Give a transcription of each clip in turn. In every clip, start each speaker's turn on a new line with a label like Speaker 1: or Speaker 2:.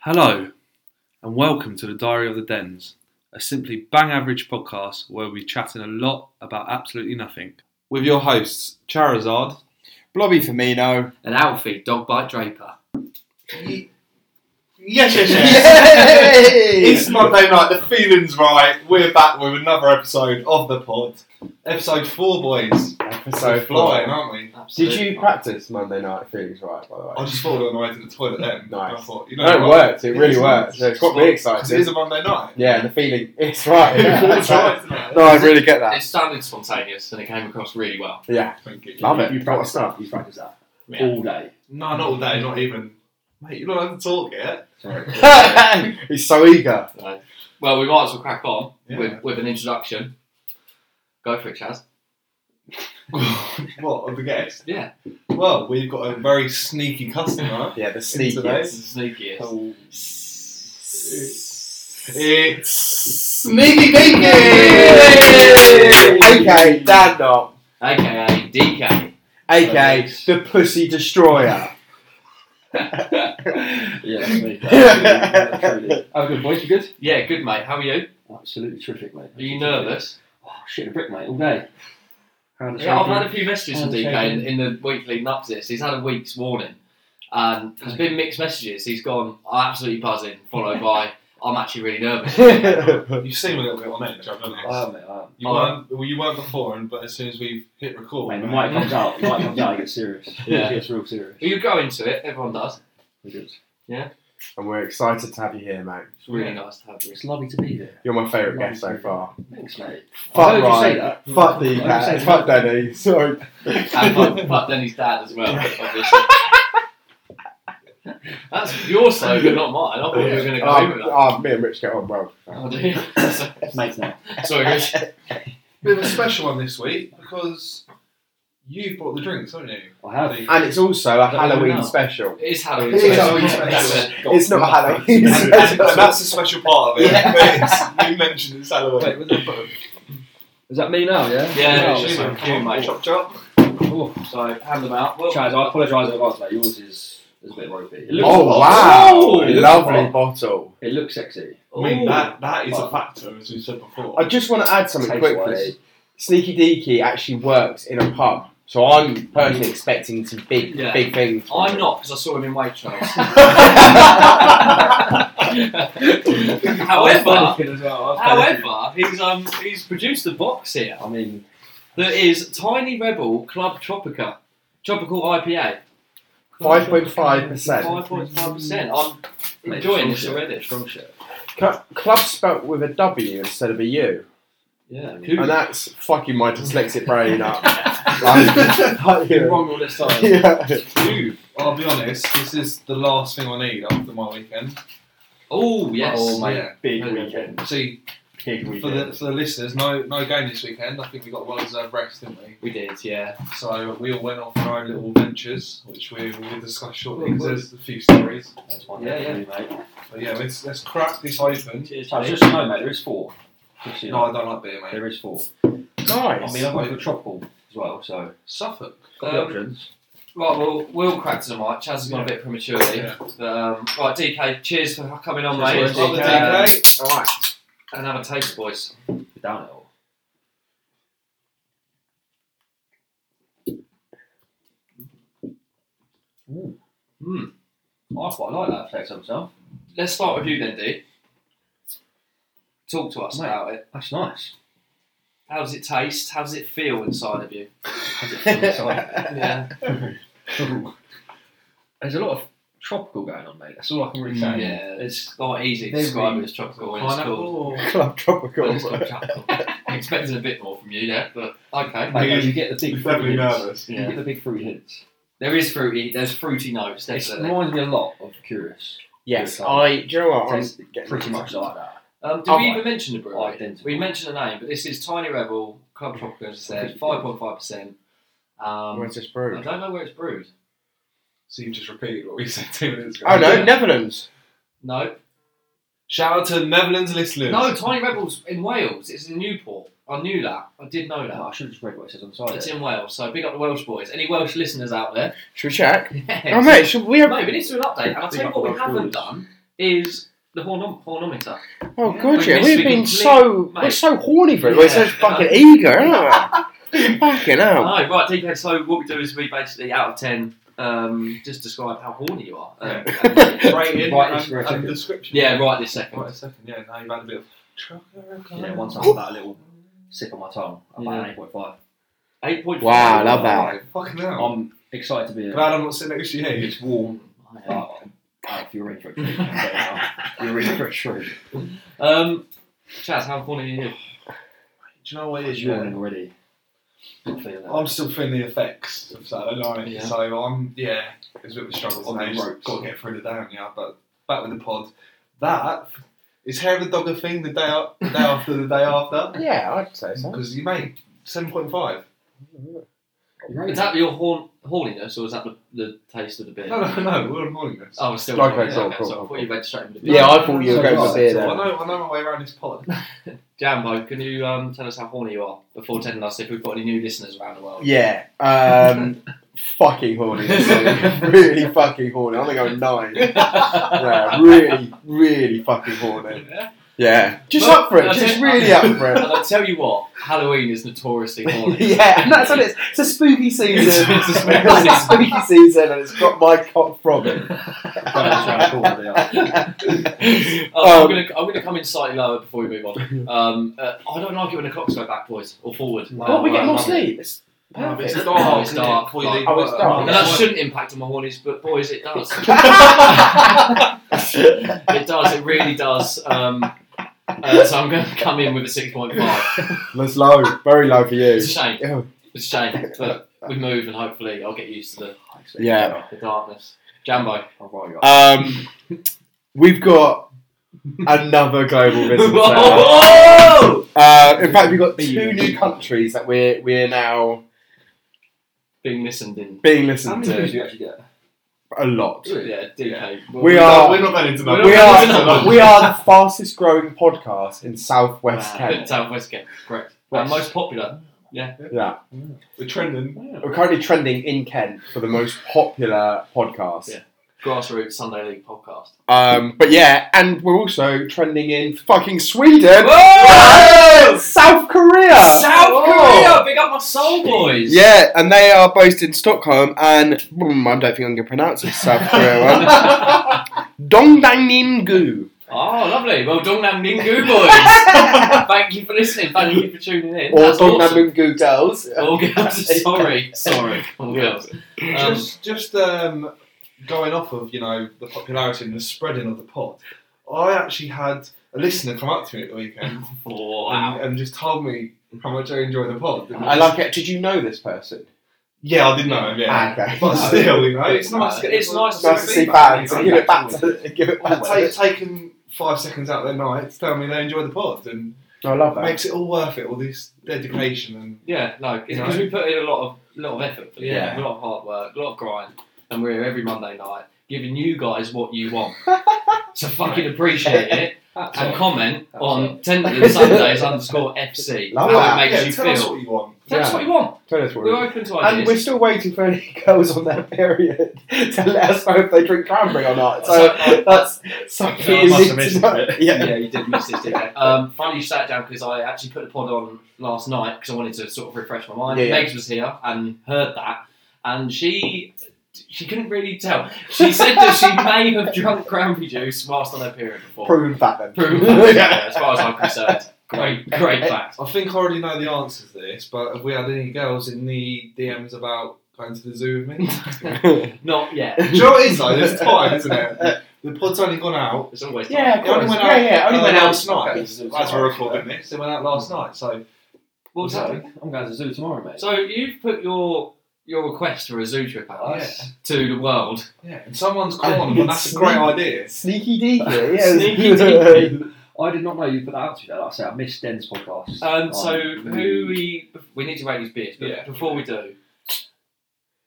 Speaker 1: Hello, and welcome to the Diary of the Dens, a simply bang average podcast where we chatting a lot about absolutely nothing. With your hosts, Charizard,
Speaker 2: Blobby Firmino.
Speaker 3: An Alfie, Dogbite Draper.
Speaker 4: Yes, yes, yes. It's
Speaker 2: Yay!
Speaker 4: Monday night. The feeling's right. We're back with another episode of the pod. Episode four, boys. So flying, aren't we?
Speaker 2: Did you practice Monday night feelings right? By the way,
Speaker 4: I just thought on the way to the toilet then.
Speaker 2: Nice.
Speaker 4: I thought, you know
Speaker 2: no, it
Speaker 4: what?
Speaker 2: worked. It really
Speaker 4: is
Speaker 2: worked.
Speaker 4: nice.
Speaker 2: It's got me
Speaker 4: It is
Speaker 2: excited.
Speaker 4: a Monday night.
Speaker 2: Yeah, the feeling it's right. yeah.
Speaker 4: It's right, isn't it?
Speaker 2: no, I really get that.
Speaker 3: It sounded spontaneous and it came across really well.
Speaker 2: Yeah,
Speaker 4: Thank you.
Speaker 2: love it.
Speaker 5: You practice up. You practice up
Speaker 3: Yeah.
Speaker 5: all day.
Speaker 4: No, not all day. Not even. Mate, you don't have to talk yet.
Speaker 2: He's so eager.
Speaker 3: Right. Well, we might as well crack on
Speaker 4: Yeah.
Speaker 3: with, with an introduction. Go for it, Chaz.
Speaker 4: What of the guest?
Speaker 3: Yeah.
Speaker 4: Well, we've got a very sneaky customer.
Speaker 2: Yeah, the
Speaker 4: Today.
Speaker 2: sneaky.
Speaker 3: It's the sneakiest.
Speaker 4: It's
Speaker 3: Sneaky
Speaker 2: Yay!
Speaker 3: Dinky!
Speaker 2: AKA Dad Knob,
Speaker 3: AKA DK.
Speaker 2: AKA the Pussy Destroyer.
Speaker 5: Yeah, that's me. Absolutely. Have a good voice. You good?
Speaker 3: Yeah, good mate. How are you?
Speaker 5: Absolutely terrific, mate.
Speaker 3: Are you nervous?
Speaker 5: Oh, shit, a brick, mate, all day. How the
Speaker 3: Yeah, I've
Speaker 5: shaking.
Speaker 3: had a few messages from
Speaker 5: I'm
Speaker 3: DK in,
Speaker 5: shaking.
Speaker 3: in the weekly nuts list. He's had a week's warning. And there's been mixed messages. He's gone, I'm absolutely buzzing, followed by, I'm actually really nervous.
Speaker 4: you seem a little bit on edge. I've noticed.
Speaker 5: I am, mate, I am.
Speaker 4: You
Speaker 3: Oh.
Speaker 4: weren't. Well, you weren't before, and but as soon as we've hit record,
Speaker 5: uh, Mate, the
Speaker 4: right?
Speaker 5: mic comes out, the mic comes out, it gets serious.
Speaker 3: Yeah.
Speaker 5: It gets real serious.
Speaker 3: But you go into it, everyone does.
Speaker 5: It is.
Speaker 2: and we're excited to have you here, mate.
Speaker 3: It's really nice to have you.
Speaker 5: It's lovely to be here.
Speaker 2: You're my favourite guest so far.
Speaker 5: Thanks, mate. I
Speaker 2: Fuck
Speaker 5: heard you say
Speaker 2: Ryan.
Speaker 5: that.
Speaker 2: Fuck
Speaker 5: I heard
Speaker 2: the
Speaker 5: you say that.
Speaker 2: Fuck Danny. Sorry.
Speaker 3: And fuck, fuck Denny's dad as well, obviously. That's your sober, not mine. I thought you were going to go
Speaker 2: Um,
Speaker 3: over that.
Speaker 2: um, me and Rich get on well.
Speaker 3: Oh, dear. So-
Speaker 5: Mates now.
Speaker 3: Sorry, Rich.
Speaker 4: Bit of a special one this week because you've brought the drinks, haven't you?
Speaker 5: I have.
Speaker 2: And it's also a
Speaker 3: Don't even
Speaker 2: Halloween
Speaker 3: know.
Speaker 2: special.
Speaker 3: It is Halloween.
Speaker 2: It is
Speaker 3: special.
Speaker 2: Halloween
Speaker 3: That's
Speaker 2: special. It's not a Halloween
Speaker 4: and, and- and
Speaker 2: special.
Speaker 4: that's the special part of it.
Speaker 2: Yeah.
Speaker 4: It's- you mentioned it's Halloween.
Speaker 5: Wait, was that, is that me now, yeah?
Speaker 3: it. Yeah,
Speaker 5: Oh,
Speaker 3: it's just
Speaker 5: sorry.
Speaker 3: like, come on, mate.
Speaker 4: Chop chop.
Speaker 5: Oh,
Speaker 3: So, hand them out. Well,
Speaker 5: Chaz, I apologise in advance, mate. Yours is, is a bit ropey. It looks,
Speaker 2: Oh
Speaker 3: Oh,
Speaker 2: wow!
Speaker 3: it looks
Speaker 2: Lovely bottle.
Speaker 5: it looks sexy.
Speaker 4: I mean
Speaker 3: Ooh.
Speaker 4: that that is a
Speaker 5: Wow.
Speaker 4: factor as we said before.
Speaker 2: I just want to add something
Speaker 5: Taste-wise.
Speaker 2: quickly. Sneaky Deaky actually works in a pub, so I'm personally expecting some big,
Speaker 3: Yeah.
Speaker 2: big things. from
Speaker 3: I'm
Speaker 2: it.
Speaker 3: not, because I saw him in Waitrose.
Speaker 5: I was
Speaker 3: however,
Speaker 5: panicking as well, I was panicking.
Speaker 3: however, he's um he's produced a box here
Speaker 5: I mean,
Speaker 3: that is Tiny Rebel Club Tropica, tropical IPA.
Speaker 2: 5.5%.
Speaker 3: Five point five percent. I'm
Speaker 5: Mate,
Speaker 3: enjoying
Speaker 5: strong
Speaker 3: this
Speaker 5: shit.
Speaker 3: already.
Speaker 5: Strong shit.
Speaker 2: Cl- Club spelt with a W instead of a U,
Speaker 3: Yeah.
Speaker 2: and that's fucking my dyslexic brain up.
Speaker 4: Like-
Speaker 5: You're wrong all this time.
Speaker 2: yeah.
Speaker 4: Ooh, I'll be honest, this is the last thing I need after my weekend.
Speaker 3: Oh yes.
Speaker 5: Oh my
Speaker 4: yeah.
Speaker 5: big
Speaker 3: Okay.
Speaker 5: weekend.
Speaker 4: See,
Speaker 5: Big
Speaker 4: for the
Speaker 5: weekend.
Speaker 4: for the listeners, no no game this weekend. I think we got well deserved rest, didn't we?
Speaker 3: We did, yeah.
Speaker 4: So we all went off on our own little ventures, which we will discuss shortly because there's a few stories.
Speaker 5: That's one
Speaker 3: Yeah,
Speaker 5: yeah, yeah. mate.
Speaker 4: But yeah, let's, let's crack this open.
Speaker 3: Cheers, Um,
Speaker 5: I was
Speaker 3: mate.
Speaker 5: just no, mate. There is four. Just, so you
Speaker 4: No,
Speaker 5: know,
Speaker 4: I don't like beer, mate.
Speaker 5: there is four. I mean,
Speaker 2: Nice.
Speaker 5: I've got a tropical as well, so
Speaker 4: Suffolk.
Speaker 5: got the
Speaker 3: Um,
Speaker 5: options.
Speaker 3: Right, well, we'll crack to the mic. Chaz has gone a bit prematurely.
Speaker 4: Yeah.
Speaker 3: But, um, right, DK, cheers for coming on,
Speaker 5: Cheers,
Speaker 3: mate.
Speaker 5: boys.
Speaker 4: Up the
Speaker 3: Um,
Speaker 4: DK.
Speaker 2: All right.
Speaker 3: and have a taste, boys.
Speaker 5: We're down it all.
Speaker 3: Hmm.
Speaker 5: I quite like that effect of myself.
Speaker 3: Let's start with you then, D. Talk to us
Speaker 5: Mate.
Speaker 3: about it.
Speaker 5: That's nice.
Speaker 3: How does it taste? How does it feel inside of you?
Speaker 5: Has it from the side?
Speaker 3: Yeah.
Speaker 5: There's a lot of tropical going on, mate. That's all I can really say.
Speaker 3: yeah. It's not easy to
Speaker 5: Very-
Speaker 3: describe it as tropical when it's called.
Speaker 4: Pineapple.
Speaker 2: Club tropical.
Speaker 3: When it's called tropical. I'm expecting a bit more from you there, but okay.
Speaker 5: Mate, mate, you get the big
Speaker 4: He's
Speaker 5: fruity
Speaker 4: definitely
Speaker 5: hints.
Speaker 4: nervous.
Speaker 5: You get the big fruity hints.
Speaker 3: There is fruity. There's fruity notes
Speaker 5: It
Speaker 3: definitely.
Speaker 5: reminds me a lot of Curious.
Speaker 2: Yes,
Speaker 5: Good.
Speaker 2: I. Do you know what? I'm
Speaker 5: Tastes
Speaker 2: getting
Speaker 5: Pretty much like that.
Speaker 3: Um, did
Speaker 2: Oh,
Speaker 3: we
Speaker 2: my-
Speaker 3: even mention the brewery?
Speaker 5: Identical.
Speaker 3: We mentioned the name, but this is Tiny Rebel Club Tropical, as I said, five point five percent. Um,
Speaker 2: Where's this
Speaker 3: I
Speaker 2: brewed?
Speaker 3: don't know where it's brewed.
Speaker 4: So you've just repeated what we said two minutes ago.
Speaker 2: Oh no, Netherlands.
Speaker 3: No,
Speaker 4: Shout out to Netherlands listeners.
Speaker 3: no, Tiny Rebels in Wales. It's in Newport. I knew that. I did know
Speaker 5: No,
Speaker 3: that.
Speaker 5: I should have just read what it says on the side.
Speaker 3: It's
Speaker 5: there.
Speaker 3: in Wales, so big up the Welsh boys. Any Welsh listeners out there?
Speaker 2: Should we check?
Speaker 3: Yes.
Speaker 2: Oh mate, should we have?
Speaker 3: No, we need to do an update. And I'll tell you what we haven't done is the hornom- hornometer.
Speaker 2: Oh,
Speaker 3: Yeah,
Speaker 2: good,
Speaker 3: we
Speaker 2: yeah.
Speaker 3: miss
Speaker 2: We've
Speaker 3: you
Speaker 2: been
Speaker 3: completely,
Speaker 2: so
Speaker 3: mate.
Speaker 2: we're so horny for it. We're so
Speaker 3: Yeah.
Speaker 2: fucking eager, aren't we? fucking
Speaker 3: No,
Speaker 2: hell.
Speaker 3: right, DK. So what we do is we basically out of ten, um, just describe how horny you are. Um, and-
Speaker 4: Rating
Speaker 5: Right, right,
Speaker 4: and, and
Speaker 5: right.
Speaker 4: description.
Speaker 3: yeah, right this
Speaker 4: Right a
Speaker 3: second.
Speaker 4: second. Yeah, now you've had a bit of. chocolate.
Speaker 3: Yeah, once I've had that little sip on my tongue, I'm about
Speaker 5: Yeah.
Speaker 3: eight point five. Eight point five.
Speaker 2: Wow, I love that.
Speaker 4: Right, Oh, Fucking hell.
Speaker 5: I'm excited to be here.
Speaker 4: Glad I'm not sitting next to you.
Speaker 5: It's warm. Oh, Alf, you're in for a treat. I'll tell you now. You're in for a treat.
Speaker 3: Um, Chaz, how horny are you?
Speaker 4: Do you know what it is?
Speaker 5: It's yawning
Speaker 4: Yeah. Oh,
Speaker 5: already. I'm feeling that.
Speaker 4: I'm still feeling the effects of Saturday night,
Speaker 3: Yeah.
Speaker 4: so I'm yeah. It's a bit of a struggle
Speaker 5: On the
Speaker 4: today. Just
Speaker 5: ropes.
Speaker 4: got to get through the day, yeah. But back with the pod. That is hair of the dog a thing. The day up, the day after, the day after.
Speaker 2: Yeah, I'd say so.
Speaker 4: Because you made seven point five.
Speaker 3: Is that your horn horniness, or is that the, the taste of the beer?
Speaker 4: No, no, no. We're on morning this.
Speaker 3: Oh, it's still
Speaker 2: Strike
Speaker 3: horny,
Speaker 2: rate's
Speaker 3: yeah,
Speaker 2: all
Speaker 3: okay,
Speaker 2: cool,
Speaker 3: so I
Speaker 2: cool,
Speaker 3: thought you went straight into the beer.
Speaker 2: Yeah, I thought you were going for beer
Speaker 4: I
Speaker 2: there.
Speaker 4: know, I know my way around this pod.
Speaker 3: Jambo, can you um, tell us how horny you are before telling us if we've got any new listeners around the world?
Speaker 2: Yeah. Um, fucking horny. this thing. really fucking horny. I'm gonna go nine. Yeah, really, really fucking horny. Yeah. Just
Speaker 3: But-
Speaker 2: up for it.
Speaker 3: that's
Speaker 2: Just really up for
Speaker 3: And
Speaker 2: it.
Speaker 3: I tell you what, Halloween is notoriously horny.
Speaker 2: yeah, and that's what it is. It's a spooky season.
Speaker 3: It's a spooky
Speaker 2: It's a spooky season, and it's got my cock throbbing.
Speaker 3: Uh, I'm
Speaker 2: Um,
Speaker 3: going to I'm gonna come in slightly lower before we move on. Um, uh, I don't like it when the clocks go back, boys, or forward.
Speaker 2: Well, we get more
Speaker 3: Um,
Speaker 2: sleep. It's
Speaker 4: No, but
Speaker 2: perfect.
Speaker 4: it's dark.
Speaker 3: It's
Speaker 4: isn't it,
Speaker 3: dark,
Speaker 4: before you
Speaker 3: dark.
Speaker 4: leave
Speaker 2: Oh, it's
Speaker 4: work?
Speaker 2: dark.
Speaker 3: And that shouldn't impact on my hornies, but boys, it does. it does. It really does. Um, uh, so I'm going to come in with a six point five.
Speaker 2: That's low, very low for you.
Speaker 3: It's a shame.
Speaker 2: Ew.
Speaker 3: It's a shame, but we move, and hopefully I'll get used to
Speaker 2: Yeah.
Speaker 3: the, the darkness. Jambo,
Speaker 5: I'll roll you up.
Speaker 4: Uh,
Speaker 2: Um, we've got another global business. now.
Speaker 3: Whoa!
Speaker 2: Uh, in fact, we've got two new countries that we're we're now
Speaker 3: being listened in.
Speaker 2: being
Speaker 5: How
Speaker 2: listened
Speaker 5: many views
Speaker 2: to
Speaker 5: do you actually get?
Speaker 2: a lot.
Speaker 3: Yeah, DK.
Speaker 2: We
Speaker 4: No,
Speaker 2: are-
Speaker 4: we're not going into that.
Speaker 2: We
Speaker 3: Wow.
Speaker 2: are we are the fastest growing podcast in Southwest Kent.
Speaker 3: Southwest Kent, correct. And most popular.
Speaker 2: Yeah,
Speaker 4: We're trending.
Speaker 2: we're currently trending in Kent for the most popular podcast.
Speaker 3: Yeah. Grassroots Sunday League podcast.
Speaker 2: Um, but yeah, and we're also trending in fucking Sweden, South Korea,
Speaker 3: South
Speaker 2: Whoa.
Speaker 3: Korea! Big up my soul boys!
Speaker 2: Yeah, and they are based in Stockholm, and mm, I don't think I'm going to pronounce it South Korea one. Dongdangningu.
Speaker 3: Oh, lovely. Well, Dongnam Ningu boys. Thank you for listening. Thank you for tuning in.
Speaker 2: Or
Speaker 3: That's awesome.
Speaker 2: Dongdangningu girls.
Speaker 3: All girls. Sorry. Sorry. All girls. Um,
Speaker 4: just just um, going off of you know the popularity and the spreading of the pod, I actually had a listener come up to me at the weekend
Speaker 3: wow.
Speaker 4: and, and just told me how much I enjoy the pod. And
Speaker 2: I like it. Did you know this person?
Speaker 4: Yeah, I did know him. Yeah,
Speaker 2: Ah, okay.
Speaker 4: but
Speaker 3: No.
Speaker 4: still, you know, it's
Speaker 3: No,
Speaker 4: nice. to get
Speaker 3: it's
Speaker 4: the-
Speaker 3: nice
Speaker 2: It's nice to see fans and give it back to give it back.
Speaker 4: And
Speaker 2: To
Speaker 4: ta- taking five seconds out of their night to tell me they enjoy the pod and
Speaker 2: I love that.
Speaker 4: makes it all worth it. All this dedication and
Speaker 3: Yeah, no, it's
Speaker 4: No.
Speaker 3: because we put in a lot of lot of effort, for it,
Speaker 2: Yeah.
Speaker 3: a lot of hard work, a lot of grind, and we're here every Monday night giving you guys what you want. so fucking appreciate it and comment
Speaker 5: That's
Speaker 3: on tentative Sundays underscore FC.
Speaker 2: Love
Speaker 3: how
Speaker 2: that.
Speaker 3: it makes
Speaker 4: yeah,
Speaker 3: you
Speaker 4: tell us
Speaker 3: feel.
Speaker 4: what you want.
Speaker 3: Tell us
Speaker 2: Yeah.
Speaker 3: what you want.
Speaker 2: Tell us what
Speaker 3: We're open to
Speaker 2: And we're
Speaker 3: ideas.
Speaker 2: still waiting for any girls on their period to let us know if they drink cranberry or not. So that's something
Speaker 4: Yeah, I
Speaker 2: you
Speaker 4: must
Speaker 2: need
Speaker 4: have
Speaker 2: to
Speaker 4: missed
Speaker 2: know. Yeah.
Speaker 3: yeah, you did miss this, didn't you? Um, funny you sat down because I actually put the pod on last night because I wanted to sort of refresh my mind.
Speaker 2: Yeah, yeah.
Speaker 3: Megs was here and heard that, and she she couldn't really tell. She said that she may have drunk cranberry juice whilst on her period before.
Speaker 2: Prove that then.
Speaker 3: Prove that, yeah, as far as I'm concerned. Great, great fact.
Speaker 4: I think I already know the answer to this, but have we had any girls in the DMs about going to the zoo with me?
Speaker 3: Not yet.
Speaker 4: Do you know what it is though? There's time, isn't it? The pod's only gone out.
Speaker 3: It's always time.
Speaker 2: Yeah, of
Speaker 4: It only
Speaker 2: course.
Speaker 4: went
Speaker 2: yeah,
Speaker 4: out-
Speaker 2: yeah. Only
Speaker 4: uh,
Speaker 2: went out
Speaker 4: last night.
Speaker 2: It's- it's-
Speaker 4: As we're recording this, it went out last night. So
Speaker 3: What was that?
Speaker 5: I'm going to the zoo tomorrow, mate.
Speaker 3: So you've put your your request for a zoo trip out to the world.
Speaker 4: yeah, and someone's gone, and that's a great idea.
Speaker 2: Sneaky deaky. Yeah.
Speaker 3: Sneaky deaky.
Speaker 5: I did not know you put that out today. Like I said, I missed Den's podcast.
Speaker 3: Um, so
Speaker 5: Um,
Speaker 3: who we we need to rate these beers, but
Speaker 4: Yeah.
Speaker 3: before we do,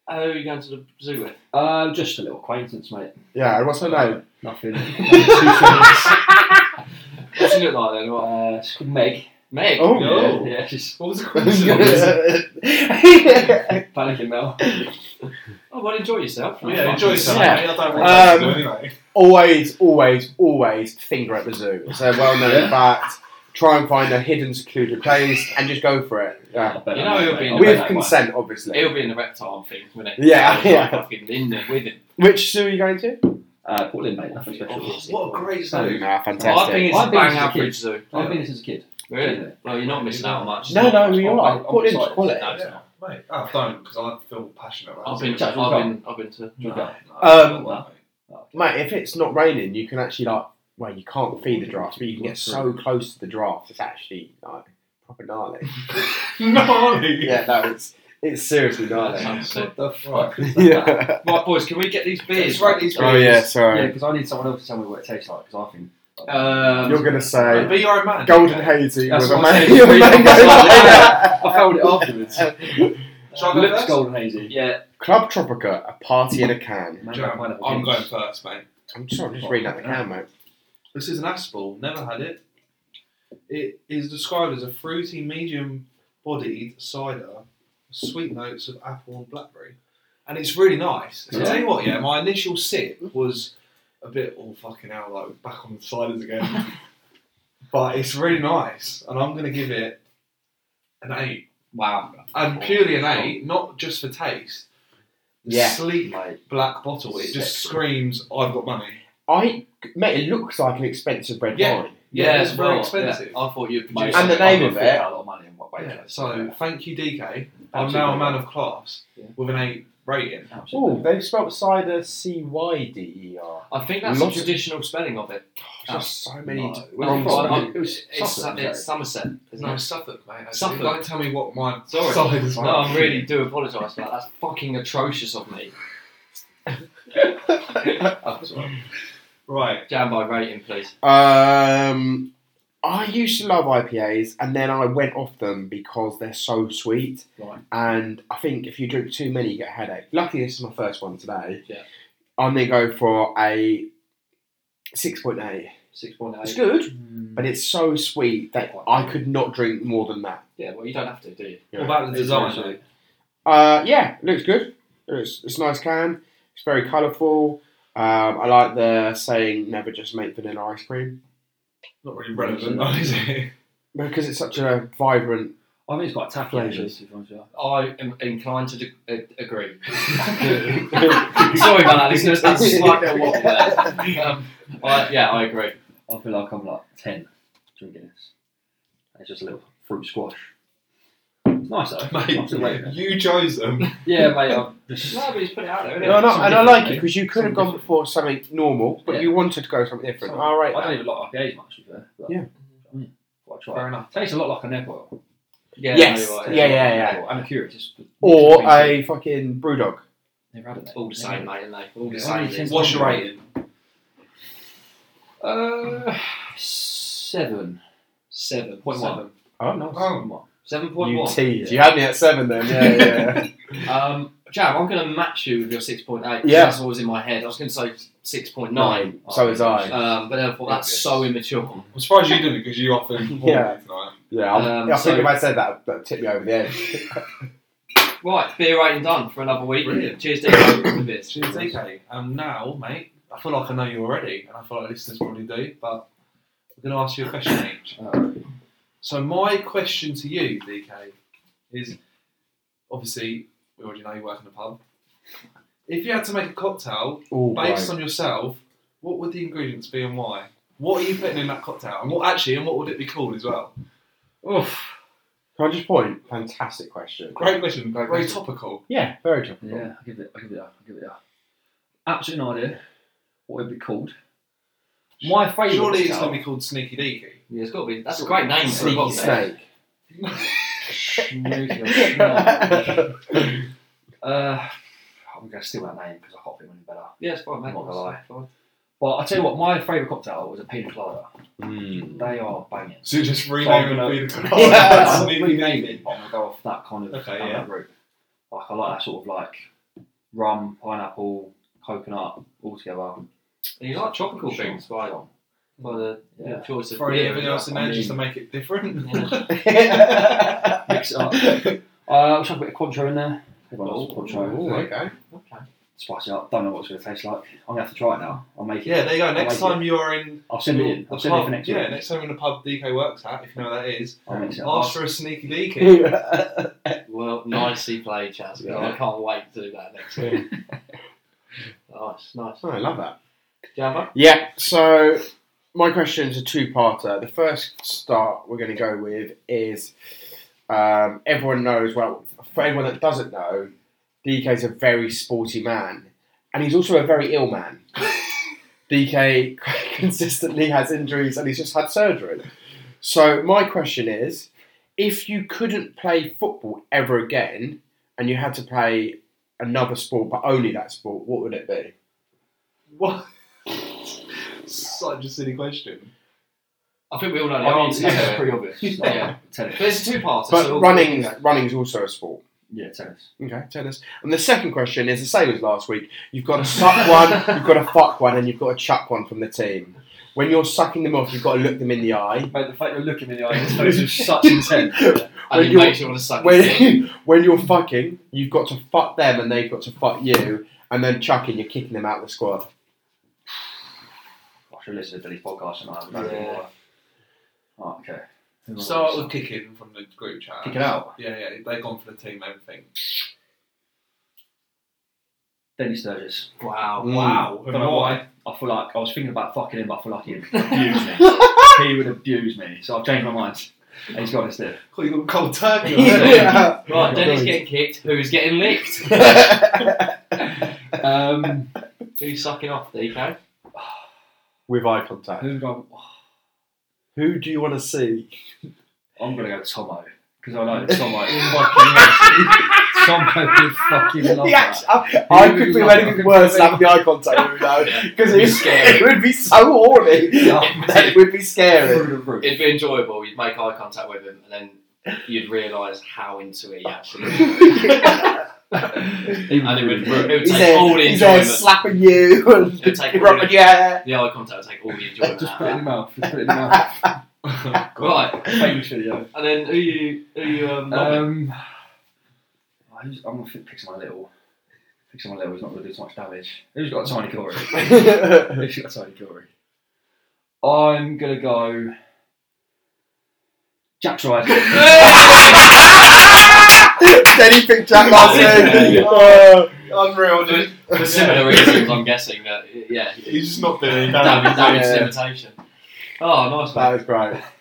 Speaker 3: uh, who are you going to the zoo with?
Speaker 5: Uh, just a little acquaintance, mate.
Speaker 2: Yeah. and What's her name?
Speaker 5: Nothing.
Speaker 3: What's she look like then? What?
Speaker 5: uh, it's called Meg.
Speaker 3: Meg.
Speaker 2: Oh.
Speaker 4: No.
Speaker 5: Yeah, she's
Speaker 4: What was the question?
Speaker 2: yeah.
Speaker 5: panicking now.
Speaker 3: Oh well, enjoy yourself.
Speaker 4: yeah, enjoy some.
Speaker 2: Yeah.
Speaker 4: I don't want that to
Speaker 2: Um,
Speaker 4: do anyway.
Speaker 2: always, always, always finger at the zoo. It's a well known
Speaker 5: Yeah.
Speaker 2: fact. Try and find a hidden, secluded place and just go for it. Yeah.
Speaker 5: bet
Speaker 3: You
Speaker 5: I'm
Speaker 3: know
Speaker 5: not
Speaker 3: it'll
Speaker 5: that
Speaker 3: be
Speaker 5: way.
Speaker 3: in
Speaker 5: I'll bet
Speaker 3: the
Speaker 2: With
Speaker 5: that way.
Speaker 2: consent, obviously.
Speaker 3: It'll be in the reptile thing, won't it?
Speaker 2: Yeah,
Speaker 3: It'll be
Speaker 2: yeah.
Speaker 3: Fucking in there with him.
Speaker 2: Which zoo are you going to?
Speaker 5: Uh, Portland, mate. Nothing special.
Speaker 3: Oh,
Speaker 4: What a great
Speaker 5: zoo.
Speaker 4: zoo.
Speaker 2: Ah,
Speaker 3: Well, I think
Speaker 2: fantastic.
Speaker 3: it's
Speaker 5: I've
Speaker 3: a
Speaker 5: been
Speaker 3: bang
Speaker 5: to the
Speaker 3: average zoo.
Speaker 5: I've been here since a kid.
Speaker 3: Really? Well, you're not missing out on much.
Speaker 2: No,
Speaker 3: It's not
Speaker 2: no,
Speaker 3: much
Speaker 2: you
Speaker 3: fun.
Speaker 2: are.
Speaker 5: I'm
Speaker 2: Portland's
Speaker 5: excited.
Speaker 2: quality.
Speaker 3: No, it's not.
Speaker 4: Mate, I oh, don't because I feel passionate about
Speaker 3: I've
Speaker 4: it.
Speaker 3: been,
Speaker 5: Chaps,
Speaker 3: I've
Speaker 5: we'll
Speaker 3: been, I've been to.
Speaker 5: You'll go.
Speaker 2: Um,
Speaker 4: Well,
Speaker 2: Mate, if it's not raining, you can actually like. Well, you can't feed the draft, but you can get so close to the draft. It's actually like proper gnarly.
Speaker 4: No.
Speaker 2: yeah, no, it's it's seriously
Speaker 3: That
Speaker 2: gnarly.
Speaker 3: sounds sick.
Speaker 4: What the fuck?
Speaker 2: yeah.
Speaker 3: Right, boys, can we get these beers?
Speaker 4: Let's rate these
Speaker 2: Oh yeah,
Speaker 5: Yeah,
Speaker 2: sorry.
Speaker 5: because I need someone else to tell me what it tastes like. Because I think
Speaker 3: Um,
Speaker 2: You're gonna say
Speaker 4: Uh, Be your own man.
Speaker 2: golden hazy
Speaker 5: That's
Speaker 2: with a
Speaker 5: what I
Speaker 2: man-
Speaker 5: said,
Speaker 2: with a
Speaker 5: it's really
Speaker 2: mango.
Speaker 5: I found it afterwards.
Speaker 4: Shall I go
Speaker 5: Looks
Speaker 4: first?
Speaker 5: golden hazy.
Speaker 3: Yeah,
Speaker 2: Club Tropica, a party in a can.
Speaker 5: Mango
Speaker 4: Joe,
Speaker 5: pineapple
Speaker 4: I'm
Speaker 5: juice.
Speaker 4: going first, mate.
Speaker 2: I'm sorry, I'm just reading out the can, mate.
Speaker 4: This is an aspal. Never had it. It is described as a fruity, medium-bodied cider, with sweet notes of apple and blackberry, and it's really nice. So I tell you what, yeah, my initial sip was a bit all fucking out, like back on the ciders again. but it's really nice, and I'm gonna give it an eight,
Speaker 3: wow.
Speaker 4: and purely an eight, not just for taste. The
Speaker 2: Yeah.
Speaker 4: sleek
Speaker 5: Mate,
Speaker 4: black bottle. It just screams, "I've got money."
Speaker 2: I mate, it looks like an expensive red
Speaker 4: Yeah.
Speaker 2: wine.
Speaker 4: Yeah, it's very
Speaker 3: well,
Speaker 4: expensive.
Speaker 3: yeah. I thought you'd
Speaker 5: mate,
Speaker 3: produce
Speaker 2: And the
Speaker 3: it.
Speaker 2: name
Speaker 5: I
Speaker 2: of
Speaker 5: could
Speaker 2: it-
Speaker 5: fit out a lot of money in what way
Speaker 4: Yeah,
Speaker 5: it is.
Speaker 4: so thank you, DK. I'm
Speaker 5: Absolutely.
Speaker 4: now a man of class with an eight rating.
Speaker 2: Oh,
Speaker 5: Absolutely.
Speaker 2: they've spelled cider C Y D E R.
Speaker 3: I think that's
Speaker 2: Lots
Speaker 3: the
Speaker 2: of-
Speaker 3: traditional spelling of it.
Speaker 2: Just so many. Um,
Speaker 5: No.
Speaker 3: Well,
Speaker 2: wrong
Speaker 3: well,
Speaker 2: spelling.
Speaker 3: I'm- it's,
Speaker 5: Suffolk,
Speaker 3: it's Somerset,
Speaker 4: There's
Speaker 3: isn't
Speaker 4: no
Speaker 3: it?
Speaker 4: Suffolk, mate.
Speaker 3: Suffolk.
Speaker 4: Suffolk. Don't tell me what my
Speaker 3: Sorry.
Speaker 4: side is
Speaker 3: No,
Speaker 4: like.
Speaker 3: I really do apologise for that. That's fucking atrocious of me. That's all right.
Speaker 4: Right.
Speaker 3: Jambo rating, please.
Speaker 2: Um, I used to love IPAs, and then I went off them because they're so sweet.
Speaker 3: Right.
Speaker 2: And I think if you drink too many, you get a headache. Luckily, this is my first one today.
Speaker 3: Yeah.
Speaker 2: I'm gonna go for a six point eight.
Speaker 3: Six point
Speaker 2: It's
Speaker 3: eight.
Speaker 2: good,
Speaker 3: Mm.
Speaker 2: but it's so sweet that I could not drink more than that.
Speaker 3: Yeah, well, you don't have to, do you?
Speaker 2: Yeah.
Speaker 4: What about the design?
Speaker 5: Exactly.
Speaker 2: Uh, yeah, looks good. It's, it's a nice can. It's very colourful. Um, I like the saying "never just make vanilla ice cream"
Speaker 4: Not really relevant, though, is it?
Speaker 2: because it's such a vibrant.
Speaker 5: I think it's quite tacky.
Speaker 2: Pleasure.
Speaker 5: actually, to be honest with you.
Speaker 3: I am inclined to de- a- agree. Sorry about that, listeners. That's a slight little wobble there. Um, I, yeah, I agree.
Speaker 5: I feel like I'm like ten drinking this. It's just a little fruit squash. It's nice though. Nice to
Speaker 4: Mate,
Speaker 5: wait.
Speaker 4: you chose them.
Speaker 5: Yeah, mate. I'm
Speaker 3: No,
Speaker 5: just
Speaker 3: but he's put it out there.
Speaker 2: No, no, and I like it
Speaker 5: mate.
Speaker 2: because you could have
Speaker 5: Something
Speaker 2: gone for something normal, but
Speaker 5: Yeah.
Speaker 2: you wanted to go something different.
Speaker 5: Something-
Speaker 2: All right.
Speaker 5: I don't even like IPAs much, to be fair. But,
Speaker 2: Yeah.
Speaker 5: Mm, what I try.
Speaker 3: Fair enough.
Speaker 5: Tastes a lot like a neck oil.
Speaker 3: Yeah,
Speaker 2: Yes.
Speaker 3: no, you're right.
Speaker 2: Yeah, yeah, yeah.
Speaker 5: I'm curious. Just
Speaker 2: Or a fucking brew dog.
Speaker 5: Never had it. mate.
Speaker 3: All the same,
Speaker 5: Never.
Speaker 3: mate, aren't they? All the
Speaker 5: Yeah.
Speaker 3: same.
Speaker 5: Only
Speaker 4: What's your rating?
Speaker 5: Uh, seven.
Speaker 3: Seven point one.
Speaker 5: Seven.
Speaker 2: Oh, nice.
Speaker 4: Oh,
Speaker 3: Seven point
Speaker 2: You
Speaker 3: one.
Speaker 2: teased. You had me at seven then. Yeah, yeah.
Speaker 3: Um, Jab, I'm going to match you with your 6.8.
Speaker 2: Yeah.
Speaker 3: That's what was in my head. I was going to say 6.9.
Speaker 2: Nine. So is I.
Speaker 3: Um, but then I thought that's so immature.
Speaker 4: I'm surprised you didn't because you often
Speaker 2: Yeah.
Speaker 4: tonight.
Speaker 2: Yeah. I'm-
Speaker 3: Um,
Speaker 2: I think
Speaker 3: so-
Speaker 2: if I said that, that tipped me over the edge.
Speaker 3: Right, beer rating done for another week.
Speaker 4: Brilliant.
Speaker 3: Cheers, Dave. for the beers.
Speaker 4: She's DK. And now, mate, I feel like I know you already, and I feel like listeners probably do, but I'm going to ask you a question each.
Speaker 5: Uh,
Speaker 4: So my question to you, DK, is obviously we already know you work in a pub. If you had to make a cocktail
Speaker 2: Ooh,
Speaker 4: based
Speaker 2: right.
Speaker 4: on yourself, what would the ingredients be and why? What are you putting in that cocktail? And what actually and what would it be called as well?
Speaker 3: Oof.
Speaker 2: Can I just point? Fantastic question.
Speaker 4: Great question,
Speaker 2: Great
Speaker 4: very
Speaker 2: question.
Speaker 4: topical.
Speaker 2: Yeah, very topical.
Speaker 5: yeah, I'll give it. I'll give it. a- I'll give it. a- Absolutely no idea what it'd be called. My favourite.
Speaker 4: Surely it's
Speaker 5: cocktail-
Speaker 4: gonna be called Sneaky Deaky.
Speaker 3: Yeah, it's got to be. That's a great name for a
Speaker 2: Sneaky
Speaker 3: cocktail.
Speaker 2: snake.
Speaker 5: Snooty or snot. uh, I'm going to steal that name because I can't think of any better.
Speaker 3: Yeah, it's fine, mate.
Speaker 5: I'm not gonna lie.
Speaker 3: Fine.
Speaker 5: But I'll tell you what, my favourite cocktail was a pina colada. They are banging.
Speaker 4: So you just
Speaker 5: I'm
Speaker 4: rename
Speaker 5: gonna-
Speaker 4: it to
Speaker 5: Yeah,
Speaker 2: Yeah,
Speaker 5: I'm
Speaker 4: Sneaky
Speaker 5: rename
Speaker 4: Deaky.
Speaker 5: it, but I'm gonna go off that kind of
Speaker 4: Okay,
Speaker 5: down
Speaker 4: yeah.
Speaker 5: that route. Like I like that sort of like rum, pineapple, coconut all together.
Speaker 3: And you like tropical things, right?
Speaker 5: Strong.
Speaker 3: By the
Speaker 5: Yeah.
Speaker 3: choice of
Speaker 4: Throw
Speaker 3: beer.
Speaker 4: anything
Speaker 3: and
Speaker 4: else in
Speaker 5: I
Speaker 4: there just to
Speaker 5: mean-
Speaker 4: make it different.
Speaker 5: Mix it up. Uh, I'll chuck a bit of Quattro in there. Everyone loves Quattro.
Speaker 2: okay.
Speaker 3: that. Okay.
Speaker 5: Spice it up. Don't know what it's going to taste like. I'm going to have to try it now. I'll make it.
Speaker 4: Yeah, there you go.
Speaker 5: I'll
Speaker 4: Next
Speaker 5: make
Speaker 4: time you are in
Speaker 5: I'll send it in.
Speaker 4: the
Speaker 5: I'll send it
Speaker 4: pub-
Speaker 5: for next
Speaker 4: yeah,
Speaker 5: year.
Speaker 4: next time in the pub DK works at, if you know what that is,
Speaker 5: I'll mix it up.
Speaker 4: ask for a sneaky deaky.
Speaker 3: Well, nicely played, Chaz.
Speaker 5: Yeah.
Speaker 3: I can't wait to do that next week. nice, nice.
Speaker 2: Oh, I love that.
Speaker 3: Jabba?
Speaker 2: Yeah, so my question is a two parter. The first start we're going to go with is um, everyone knows, well, for anyone that doesn't know, DK's a very sporty man, and he's also a very ill man. DK consistently has injuries and he's just had surgery. So, my question is if you couldn't play football ever again and you had to play another sport but only that sport, what would it be?
Speaker 4: What? Such a silly question.
Speaker 3: I think we all know the
Speaker 5: I mean,
Speaker 3: answer
Speaker 5: yeah, it's
Speaker 3: to it.
Speaker 5: pretty obvious. It's like
Speaker 3: Yeah.
Speaker 5: tennis.
Speaker 3: But it's a two-parter.
Speaker 2: But
Speaker 3: so
Speaker 2: running's, running's also a sport.
Speaker 5: Yeah, tennis.
Speaker 2: Okay, tennis. And the second question is the same as last week. You've got to suck one, you've got to fuck one, and you've got to chuck one from the team. When you're sucking them off, you've got to look them in the eye.
Speaker 5: Mate, the fact you're looking me in the eye is with such intent.
Speaker 3: And
Speaker 2: when
Speaker 3: it
Speaker 2: you-
Speaker 3: makes you want to suck it.
Speaker 2: When, when you're fucking, you've got to fuck them, and they've got to fuck you. And then chucking, you're kicking them out of the squad.
Speaker 5: I should listen to Billy's podcast tonight. I don't
Speaker 3: Yeah.
Speaker 5: know why. Oh, okay. Who
Speaker 4: Start
Speaker 5: wants-
Speaker 4: with kicking from the group chat.
Speaker 5: Kick it out.
Speaker 4: Yeah, yeah, they've gone for the team, everything.
Speaker 5: Dennis Sturgis.
Speaker 3: Wow,
Speaker 2: Mm.
Speaker 3: Oh, wow.
Speaker 5: Hmm. Don't know why. I feel like I was thinking about fucking him, but I feel like he'd abuse me. he would abuse me. So I've changed my mind. And he's got us there.
Speaker 4: Oh, you got cold turkey.
Speaker 2: Mm. Yeah.
Speaker 3: Right, Dennis getting kicked. Who's getting licked? um, who's sucking off, DK?
Speaker 2: With eye contact.
Speaker 5: Who's gone?
Speaker 2: Who do you want to see?
Speaker 5: I'm gonna go Tomo because I know Tomo fucking loves me. Tomo would fucking love that.
Speaker 2: I, I
Speaker 5: Who
Speaker 2: could
Speaker 5: do you
Speaker 2: feel
Speaker 5: want?
Speaker 2: anything worse than having the eye contact with him now. Because it, is- it would be so horny. that it would be scary.
Speaker 5: Through the roof.
Speaker 3: It'd be enjoyable. You'd make eye contact with him, and then you'd realise how into it he actually is.
Speaker 5: He
Speaker 3: And it would, it would
Speaker 2: He's
Speaker 3: take
Speaker 2: there,
Speaker 3: all the
Speaker 2: he's there
Speaker 3: enjoyment.
Speaker 2: slapping you and
Speaker 3: It'll take all
Speaker 2: rubbing
Speaker 3: the,
Speaker 2: your hair.
Speaker 3: the eye contact would take all the enjoyment
Speaker 5: Just
Speaker 3: out
Speaker 5: put it in
Speaker 3: of
Speaker 5: the mouth. Just put it in the mouth.
Speaker 3: that. Right,
Speaker 5: Famous video.
Speaker 3: and then who you who you um, nominate?
Speaker 5: Um, I just- I'm gonna fi- pick someone little. Pick someone little. He's not gonna do too much damage. Who's got a tiny glory? Who's got a tiny glory? I'm gonna go. Jack's right.
Speaker 2: then he picked Jack last
Speaker 3: Yeah.
Speaker 2: Oh,
Speaker 4: Unreal, dude.
Speaker 3: for similar reasons? I'm guessing that yeah,
Speaker 4: He's just not doing
Speaker 3: damage, damage
Speaker 2: Yeah.
Speaker 3: limitation. Oh, nice one.
Speaker 2: that was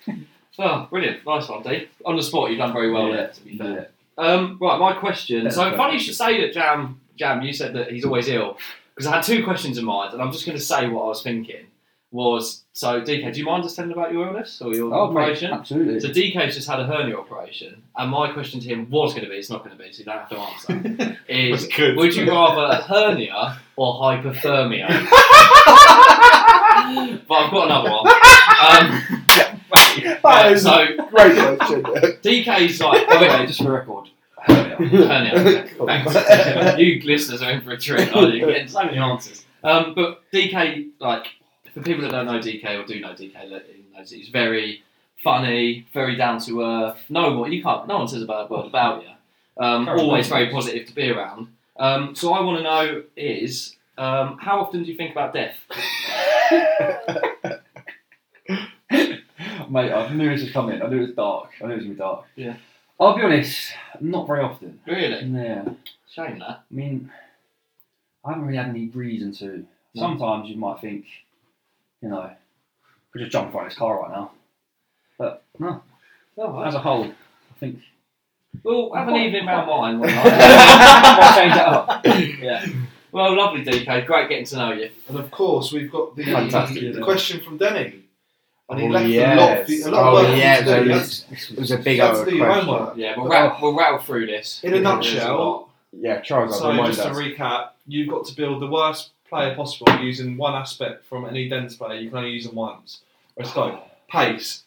Speaker 2: great.
Speaker 3: Oh, brilliant. Nice one, Dave. On the spot, you've done very well
Speaker 5: Yeah.
Speaker 3: there, to be fair.
Speaker 5: Yeah.
Speaker 3: Um, right, my question.
Speaker 5: That's
Speaker 3: so
Speaker 5: perfect.
Speaker 3: funny you should say that, Jam. Jam, you said that he's always ill because I had two questions in mind, and I'm just going to say what I was thinking was. So, DK, do you mind just telling about your illness or your
Speaker 5: Oh, mate,
Speaker 3: operation?
Speaker 5: Absolutely.
Speaker 3: So DK's just had a hernia operation, and my question to him was going to be, it's not going to be, so you don't have to answer. is
Speaker 4: good.
Speaker 3: would you rather a hernia or hypothermia? but I've got another one. Um,
Speaker 2: That
Speaker 3: yeah,
Speaker 2: is
Speaker 3: so
Speaker 2: a great question.
Speaker 3: DK's like,
Speaker 5: By
Speaker 3: oh,
Speaker 5: the
Speaker 3: wait,
Speaker 5: way, just for record, hernia.
Speaker 3: hernia. Thanks. you listeners are in for a treat, aren't you? You're getting so many answers. Um, but DK, like, for people that don't know DK or do know DK, that knows he's very funny, very down to earth. No one, you can't. No one says a bad word about you. Um,
Speaker 5: Correct.
Speaker 3: always very positive to be around. Um, so I want to know is um, how often do you think about death?
Speaker 5: Mate, I knew this was coming. I knew it was dark. I knew it was gonna be dark.
Speaker 3: Yeah.
Speaker 5: I'll be honest, not very often.
Speaker 3: Really?
Speaker 5: Yeah. I
Speaker 3: Shame that.
Speaker 5: mean, I haven't really had any reason to.
Speaker 3: No.
Speaker 5: Sometimes you might think, you know, we just jump in front of this car right now. But no,
Speaker 3: Oh,
Speaker 5: as a whole, I think
Speaker 3: Well, have an evening round wine. One
Speaker 5: I'll
Speaker 3: night.
Speaker 5: change that up.
Speaker 3: yeah. Well, lovely DK. Great getting to know you.
Speaker 4: And of course, we've got the,
Speaker 2: Fantastic.
Speaker 4: the question from Denny. And he
Speaker 2: Oh,
Speaker 4: left a lot of,
Speaker 2: yes.
Speaker 4: a lot
Speaker 2: Oh,
Speaker 4: of work.
Speaker 2: yeah,
Speaker 4: to do.
Speaker 2: there
Speaker 4: You had
Speaker 2: is.
Speaker 5: This
Speaker 2: It
Speaker 5: was-
Speaker 2: was a big
Speaker 4: you had to
Speaker 2: old
Speaker 4: do your
Speaker 2: question.
Speaker 4: homework.
Speaker 3: Yeah, we'll rattle, we'll rattle through this.
Speaker 4: In a
Speaker 2: Yeah,
Speaker 4: nutshell,
Speaker 2: Yeah, Charles,
Speaker 4: so
Speaker 2: remind
Speaker 4: just to
Speaker 2: us.
Speaker 4: recap, you've got to build the worst player possible using one aspect from any dense player. You can only use them once. Let's go. Pace.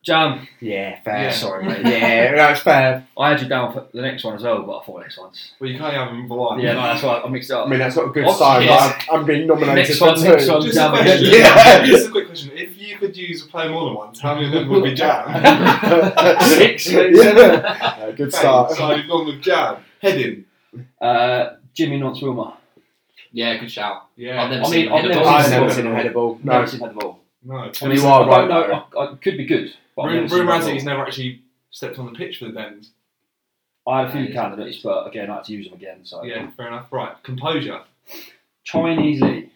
Speaker 5: Jam.
Speaker 2: yeah,
Speaker 4: Yeah.
Speaker 2: fair.
Speaker 5: Sorry, mate.
Speaker 2: Yeah, that's fair.
Speaker 5: I had you down for the next one as well, but I thought next one's.
Speaker 4: Well, you can only have them for one.
Speaker 5: Yeah, no, that's why I mixed it
Speaker 2: I
Speaker 5: up.
Speaker 2: mean, that's not a good
Speaker 5: What's
Speaker 2: sign,
Speaker 3: this?
Speaker 2: but I'm, I'm being nominated
Speaker 5: Next
Speaker 2: for
Speaker 5: one,
Speaker 2: two.
Speaker 5: next one.
Speaker 4: Just a
Speaker 5: Jam.
Speaker 4: question.
Speaker 2: Yeah.
Speaker 4: Just a quick question. If you could use a player more than once, how many of them would be Jam?
Speaker 5: Six.
Speaker 2: Yeah. Uh, good
Speaker 4: Okay,
Speaker 2: start.
Speaker 4: So you've gone with Jam. Heading.
Speaker 5: Uh, Jimmy Nance Wilmer.
Speaker 3: Yeah, good shout.
Speaker 4: Yeah.
Speaker 3: I've never
Speaker 5: I
Speaker 3: seen
Speaker 5: mean, I've
Speaker 3: him hit a
Speaker 5: never
Speaker 3: ball.
Speaker 2: I've
Speaker 5: seen
Speaker 2: never
Speaker 5: him.
Speaker 2: seen a header ball.
Speaker 5: Never
Speaker 2: No.
Speaker 5: seen had the ball.
Speaker 4: no.
Speaker 2: I mean, you are
Speaker 5: I don't
Speaker 2: right. though.
Speaker 5: know. I, I could be good. But I've
Speaker 4: Rumour
Speaker 5: never seen
Speaker 4: rumour
Speaker 5: had
Speaker 4: has
Speaker 5: the
Speaker 4: it
Speaker 5: ball.
Speaker 4: he's never actually stepped on the pitch for the Dens.
Speaker 5: I had a few
Speaker 3: Yeah,
Speaker 5: candidates, but again, I had to use them again. So
Speaker 4: Yeah, fair enough. Right, composure.
Speaker 5: Chinese Lee.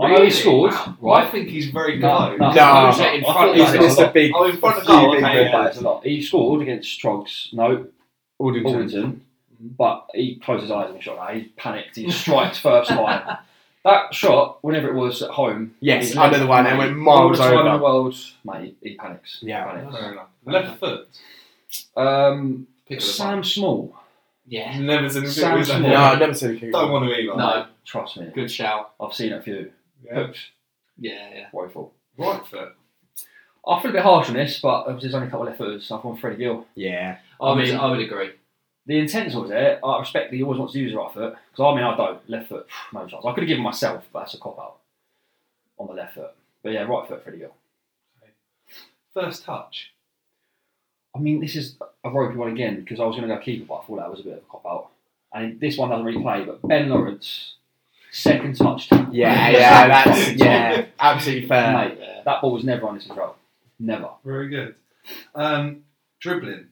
Speaker 5: I know he
Speaker 4: Really?
Speaker 5: scored,
Speaker 3: Wow.
Speaker 4: I
Speaker 5: right?
Speaker 4: think he's very
Speaker 5: No,
Speaker 4: low.
Speaker 5: no.
Speaker 2: No.
Speaker 3: Who's it in
Speaker 5: I
Speaker 3: front
Speaker 5: thought
Speaker 3: of
Speaker 5: he
Speaker 2: He's
Speaker 5: was
Speaker 3: us?
Speaker 2: just a big.
Speaker 4: Oh, in front of
Speaker 2: few
Speaker 4: goal.
Speaker 2: big
Speaker 4: Okay,
Speaker 2: red
Speaker 4: yeah.
Speaker 5: That's a lot. He scored against Strogs, no,
Speaker 2: Aldington.
Speaker 5: Alwinton, but he closed his eyes and he shot that. He panicked. He strikes first time. That shot, whenever it was at home,
Speaker 2: Yes,
Speaker 5: he-
Speaker 2: I know the one.
Speaker 5: mate,
Speaker 2: It went miles
Speaker 5: all the time in the
Speaker 2: over.
Speaker 5: world, mate. He, he panics.
Speaker 2: Yeah.
Speaker 5: Panics.
Speaker 4: Fair enough. Left foot.
Speaker 5: Um,
Speaker 3: Pick of the
Speaker 5: Sam Small,
Speaker 3: Yeah.
Speaker 4: Never seen
Speaker 5: Sam
Speaker 4: him do that.
Speaker 5: Small.
Speaker 2: No, I've never seen a kick.
Speaker 4: Don't want to either.
Speaker 3: No,
Speaker 5: trust me,
Speaker 3: good shout.
Speaker 5: I've seen a few.
Speaker 4: Yeah.
Speaker 3: Yeah, yeah.
Speaker 5: Woeful.
Speaker 4: Right foot.
Speaker 5: I feel a bit harsh on this, but there's only a couple of left footers. so I've gone Freddie Gill.
Speaker 2: Yeah.
Speaker 3: I would, I would agree.
Speaker 5: The intent was there. I respect that he always wants to use the right foot because I mean I don't left foot phew, no chance. I could have given myself, but that's a cop out on the left foot. But yeah, right foot Freddie Gill.
Speaker 4: First touch.
Speaker 5: I mean, this is a ropey one again because I was going to go keeper, but I thought that was a bit of a cop out. And this one doesn't really play, but Ben Lawrence, second touch. tackle.
Speaker 2: Yeah,
Speaker 5: Second
Speaker 2: yeah,
Speaker 5: touch
Speaker 2: that's
Speaker 5: tackle.
Speaker 2: yeah, absolutely fair.
Speaker 5: Mate, that ball was never on his control. Never.
Speaker 4: Very good. Um, dribbling.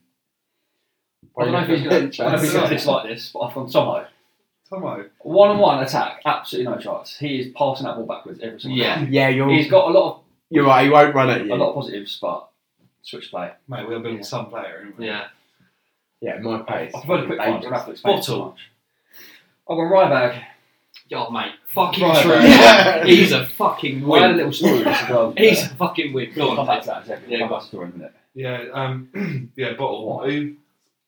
Speaker 5: I don't know if he's going to. I don't know if he's going to
Speaker 4: Chance.
Speaker 5: dislike this, but I've gone Tomo.
Speaker 4: Tomo.
Speaker 5: One on one attack, absolutely no chance. He is passing that ball backwards every single
Speaker 3: Yeah.
Speaker 2: Yeah,
Speaker 5: time.
Speaker 2: you're
Speaker 5: He's got a lot
Speaker 2: you're right. He won't run at
Speaker 5: of a
Speaker 2: you.
Speaker 5: lot of positives, but switch play.
Speaker 4: Mate, we'll build
Speaker 5: Yeah.
Speaker 4: some player, haven't we?
Speaker 3: Yeah.
Speaker 2: Yeah, my pace.
Speaker 5: I've heard a quick one. I've
Speaker 4: Bottle.
Speaker 5: I've got Ryback.
Speaker 3: Oh, mate. Fucking
Speaker 5: Right,
Speaker 3: true.
Speaker 5: right.
Speaker 2: Yeah.
Speaker 3: He's a fucking
Speaker 5: We had a
Speaker 3: win.
Speaker 5: little story. as well.
Speaker 3: He's a fucking win.
Speaker 5: Go
Speaker 3: Go
Speaker 5: on, come
Speaker 3: on,
Speaker 5: back to
Speaker 3: mate.
Speaker 5: that in a second.
Speaker 3: Yeah,
Speaker 5: Come
Speaker 3: go
Speaker 5: back to the story in a minute.
Speaker 4: Yeah. Um, yeah, bottle.
Speaker 5: Why?
Speaker 4: Who,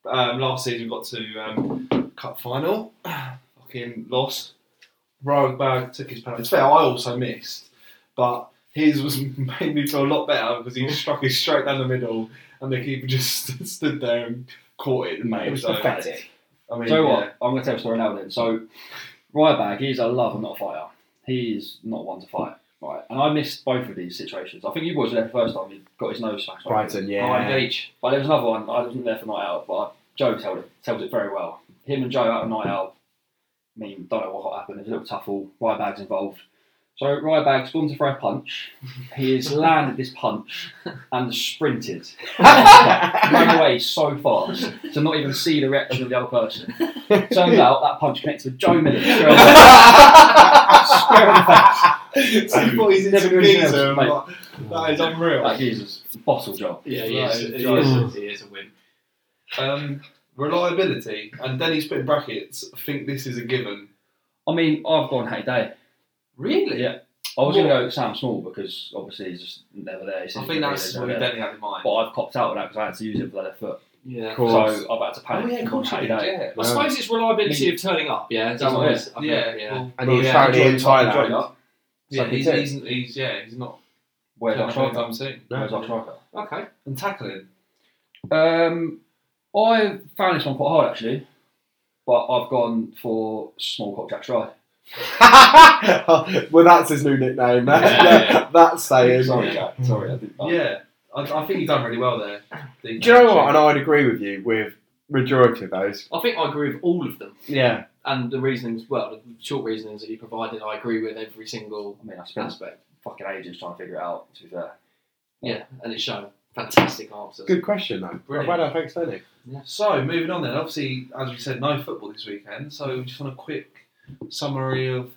Speaker 4: um, last season got to um, cup final. Fucking lost. Rosenberg took his penalty. It's fair, I also missed. But his was made me feel a lot better because he struck it straight down the middle and the keeper just stood there and caught it.
Speaker 5: Mate,
Speaker 2: It was
Speaker 4: So,
Speaker 2: pathetic.
Speaker 4: I mean,
Speaker 5: So
Speaker 4: yeah.
Speaker 5: what? I'm going to tell a story now then. So, Ryback, he's a lover, not a fighter. He is not one to fight. Right. And I missed both of these situations. I think you was there the first time. He got his nose smashed.
Speaker 2: Brighton,
Speaker 3: Behind
Speaker 2: yeah.
Speaker 3: Beach.
Speaker 5: But there was another one. I wasn't there for night out, but Joe told it, tells it very well. Him and Joe out of night out. I mean, don't know what happened. There's a little tuffle. Ryback's involved. So Ryback's gone to throw a punch. He has landed this punch and sprinted. ran away so fast to not even see the reaction of the other person. Turns out that punch connects with Joe Miller. Square on the face.
Speaker 4: Two boys in
Speaker 5: Never knew anything else,
Speaker 4: Ibiza,
Speaker 5: mate.
Speaker 4: like, That is unreal.
Speaker 5: That is a bottle job.
Speaker 3: Yeah, he
Speaker 4: Right,
Speaker 3: is. He
Speaker 4: right.
Speaker 3: is a- he
Speaker 2: Mm.
Speaker 3: is a win.
Speaker 4: Um, reliability, and then he's put in brackets. I think this is a given.
Speaker 5: I mean, I've gone hey day.
Speaker 4: Really?
Speaker 5: Yeah. I was going to go Sam Small because obviously he's just never there. He's
Speaker 4: I
Speaker 5: never
Speaker 4: think that's
Speaker 5: there,
Speaker 4: what
Speaker 5: never there.
Speaker 4: Denny had in mind.
Speaker 5: But I've copped out of that because I had to use it for the left foot.
Speaker 3: Yeah.
Speaker 2: Cool. course.
Speaker 5: So I've had to panic.
Speaker 4: Oh, yeah, of course you
Speaker 5: Hey
Speaker 4: did,
Speaker 5: day.
Speaker 4: yeah.
Speaker 3: I suppose it's reliability of turning up. Yeah, that's
Speaker 5: Yeah.
Speaker 3: what it is. I think,
Speaker 4: Yeah,
Speaker 3: yeah.
Speaker 4: well,
Speaker 2: And he was
Speaker 3: Yeah,
Speaker 2: found in
Speaker 5: Joined up, joined
Speaker 2: Thailand.
Speaker 5: up.
Speaker 4: yeah,
Speaker 2: Second
Speaker 4: he's,
Speaker 2: tier.
Speaker 4: he's, he's, yeah, he's not
Speaker 5: Where's our
Speaker 4: turning
Speaker 5: striker?
Speaker 4: up anytime soon.
Speaker 5: Where's our striker?
Speaker 3: Okay.
Speaker 4: And tackling.
Speaker 5: Um, I found this one quite hard actually, but I've gone for small cock jack stride.
Speaker 2: well, that's his new nickname. That's,
Speaker 3: Yeah, yeah.
Speaker 2: that's saying.
Speaker 5: Sorry, Jack. Sorry, I didn't. know.
Speaker 4: Yeah, I, I think you've done really well there.
Speaker 2: Do you know what? And I'd agree with you with majority of those.
Speaker 3: I think I agree with all of them.
Speaker 2: Yeah.
Speaker 3: And the reasonings, well, the short reasonings that you provided, I agree with every single
Speaker 5: I mean, I spent
Speaker 3: aspect.
Speaker 5: fucking ages trying to figure it out. To be fair,
Speaker 3: Yeah, and it's shown. Fantastic answers.
Speaker 2: Good question though.
Speaker 4: Brilliant.
Speaker 2: Well done, thanks, Lenny.
Speaker 4: So moving on then. Obviously, as we said, no football this weekend. So we just want a quick summary of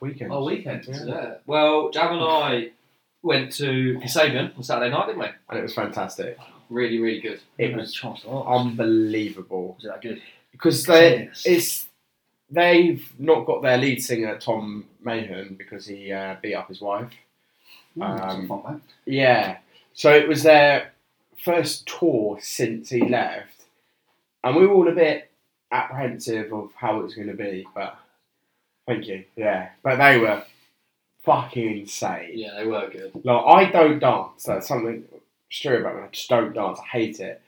Speaker 2: Weekend.
Speaker 4: our weekend.
Speaker 3: Yeah. Well, Jam and I went to Kasabian on Saturday night, didn't we?
Speaker 2: and it was fantastic.
Speaker 3: Really, really good.
Speaker 2: It
Speaker 5: a
Speaker 2: was
Speaker 5: chance to ask.
Speaker 2: unbelievable
Speaker 5: was it that good?
Speaker 2: because they
Speaker 5: Yes.
Speaker 2: it's they've not got their lead singer Tom Mahon because he uh, beat up his wife.
Speaker 5: Mm, that's
Speaker 2: um,
Speaker 5: a fun one.
Speaker 2: Yeah. So it was their first tour since he left. And we were all a bit apprehensive of how it was going to be, but thank you. Yeah. But they were fucking insane.
Speaker 3: Yeah, they were good.
Speaker 2: Like, I don't dance. That's something true about me. I just don't dance. I hate it.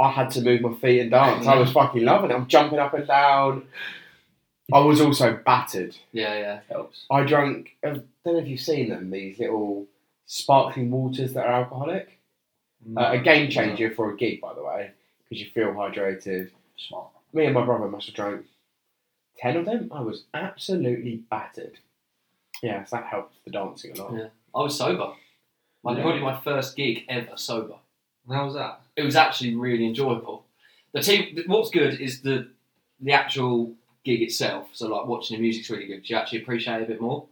Speaker 2: I had to move my feet and dance. I was fucking loving it. I'm jumping up and down. I was also battered.
Speaker 3: Yeah, yeah.
Speaker 5: helps.
Speaker 2: I drank. I don't know if you've seen them. These little sparkling waters that are alcoholic.
Speaker 4: Mm.
Speaker 2: Uh, a game changer for a gig, by the way, because you feel hydrated.
Speaker 5: Smart.
Speaker 2: Me and my brother must have drank ten of them, I was absolutely battered. Yeah, so that helped the dancing a lot.
Speaker 3: Yeah. I was sober. Like,
Speaker 2: Yeah.
Speaker 3: Probably my first gig ever sober.
Speaker 4: How was that?
Speaker 3: It was actually really enjoyable. The team. What's good is the the actual gig itself. So like watching the music's really good. You actually appreciate it a bit more.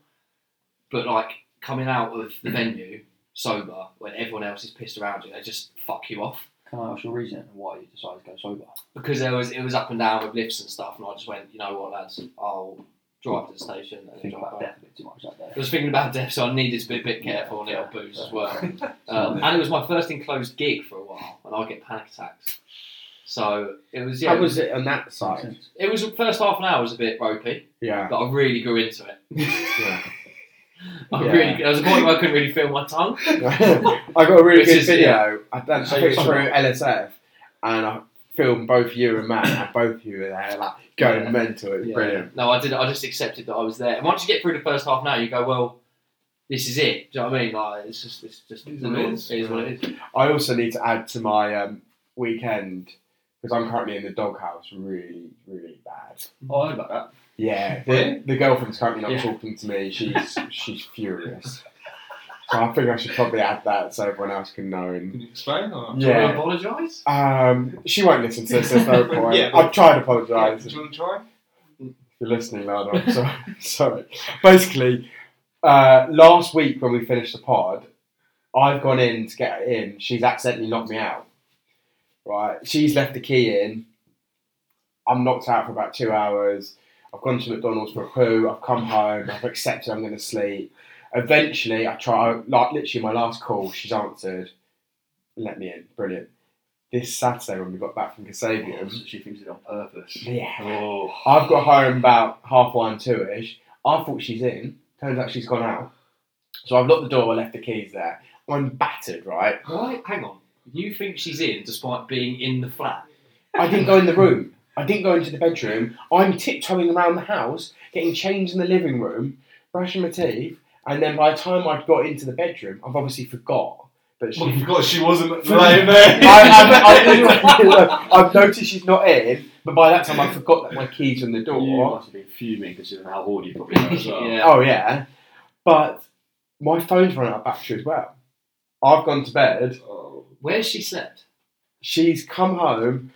Speaker 3: But like coming out of the venue sober when everyone else is pissed around you, they just fuck you off.
Speaker 5: Can I ask your reason why you decided to go sober?
Speaker 3: because there was it was up and down with lifts and stuff, and I just went, you know what, lads, I'll drive to the station and then
Speaker 5: Thinking
Speaker 3: drive
Speaker 5: about
Speaker 3: back.
Speaker 5: death a bit too much out there.
Speaker 3: I was thinking about death, so I needed to be a bit careful and little booze as well. Um,
Speaker 5: Um,
Speaker 3: and it was my first enclosed gig for a while, and I get panic attacks. So it was yeah,
Speaker 2: How was it on that side?
Speaker 3: it was the first half an hour was a bit ropey,
Speaker 2: Yeah.
Speaker 3: but I really grew into it.
Speaker 2: Yeah.
Speaker 3: I
Speaker 2: Yeah.
Speaker 3: really, there was a point where I couldn't really feel my tongue.
Speaker 2: I got a really
Speaker 3: Which
Speaker 2: good
Speaker 3: is-
Speaker 2: video. I done I
Speaker 3: So
Speaker 2: took
Speaker 3: you-
Speaker 2: it through LSF and I filmed both you and Matt and both of you were there like going
Speaker 3: Yeah.
Speaker 2: mental. It was
Speaker 3: Yeah.
Speaker 2: brilliant.
Speaker 3: No, I did. I just accepted that I was there. And once you get through the first half an hour, you go, well, this is it. Do you know what I mean? Like it's just, it's just
Speaker 4: It is
Speaker 3: the
Speaker 4: what it
Speaker 3: norm.
Speaker 4: is.
Speaker 3: It is what it is.
Speaker 2: I also need to add to my um, weekend because I'm currently in the doghouse really, really bad.
Speaker 5: Oh, I heard about that.
Speaker 2: Yeah,
Speaker 4: Yeah.
Speaker 2: the, the girlfriend's currently not
Speaker 3: Yeah.
Speaker 2: talking to me. She's she's furious. So I think I should probably add that so everyone else can know. And
Speaker 4: Can you explain? Or?
Speaker 3: Do you want
Speaker 2: yeah,
Speaker 3: to apologise?
Speaker 2: um, she won't listen to this. There's no point.
Speaker 4: Yeah.
Speaker 2: I've tried to
Speaker 4: Yeah,
Speaker 2: apologise.
Speaker 4: do you want to try?
Speaker 2: If you're listening, Lana, I'm sorry. sorry. Basically, uh, last week when we finished the pod, I've gone in to get her in. She's accidentally knocked me out. Right? She's left the key in. I'm knocked out for about two hours. I've gone to McDonald's for a poo. I've come home. I've accepted I'm going to sleep. Eventually, I try, like, literally my last call, she's answered. Let me in. Brilliant. This Saturday, when we got back from Kasabian,
Speaker 5: She thinks it's on purpose.
Speaker 2: yeah.
Speaker 5: Oh.
Speaker 2: I've got home about half one, two ish. I thought she's in. Turns out she's gone out. So I've locked the door, left the keys there. I'm battered, right?
Speaker 3: Why? Hang on. You think she's in despite being in the flat?
Speaker 2: I didn't go in the room. I didn't go into the bedroom. I'm tiptoeing around the house, getting changed in the living room, brushing my teeth, and then by the time I'd got into the bedroom, I've obviously forgot. But she
Speaker 4: Well, I forgot she wasn't laying there.
Speaker 2: I, I, I, have noticed she's not in, but by that time I forgot that my keys were in the door.
Speaker 5: You must have been fuming considering how horny you probably are as well.
Speaker 3: yeah.
Speaker 2: Oh yeah, but my phone's run out of battery as well. I've gone to bed.
Speaker 3: Where's she slept?
Speaker 2: She's come home,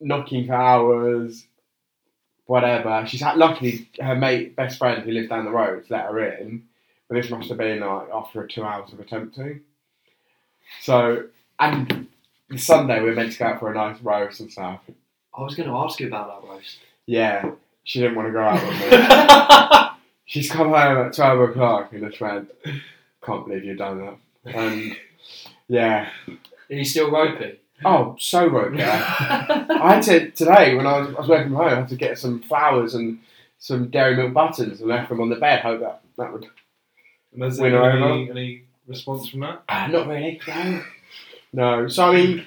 Speaker 2: knocking for hours, whatever. She's had luckily her mate, best friend who lives down the road, let her in. But this must have been like after two hours of attempting. So and Sunday we were meant to go out for a nice roast and stuff.
Speaker 3: I was going to ask you about that roast.
Speaker 2: Yeah, she didn't want to go out with me. She's come home at 12 o'clock and just went, can't believe you've done that. And yeah.
Speaker 3: Are you still ropey?
Speaker 2: Oh, so rogue. Yeah. I had to, today when I was, I was working from home, I had to get some flowers and some dairy milk buttons and left them on the bed. Hope that, that would.
Speaker 4: And there's
Speaker 2: Winner
Speaker 4: any, any response from that?
Speaker 2: Ah, not really. No. No. So, I mean,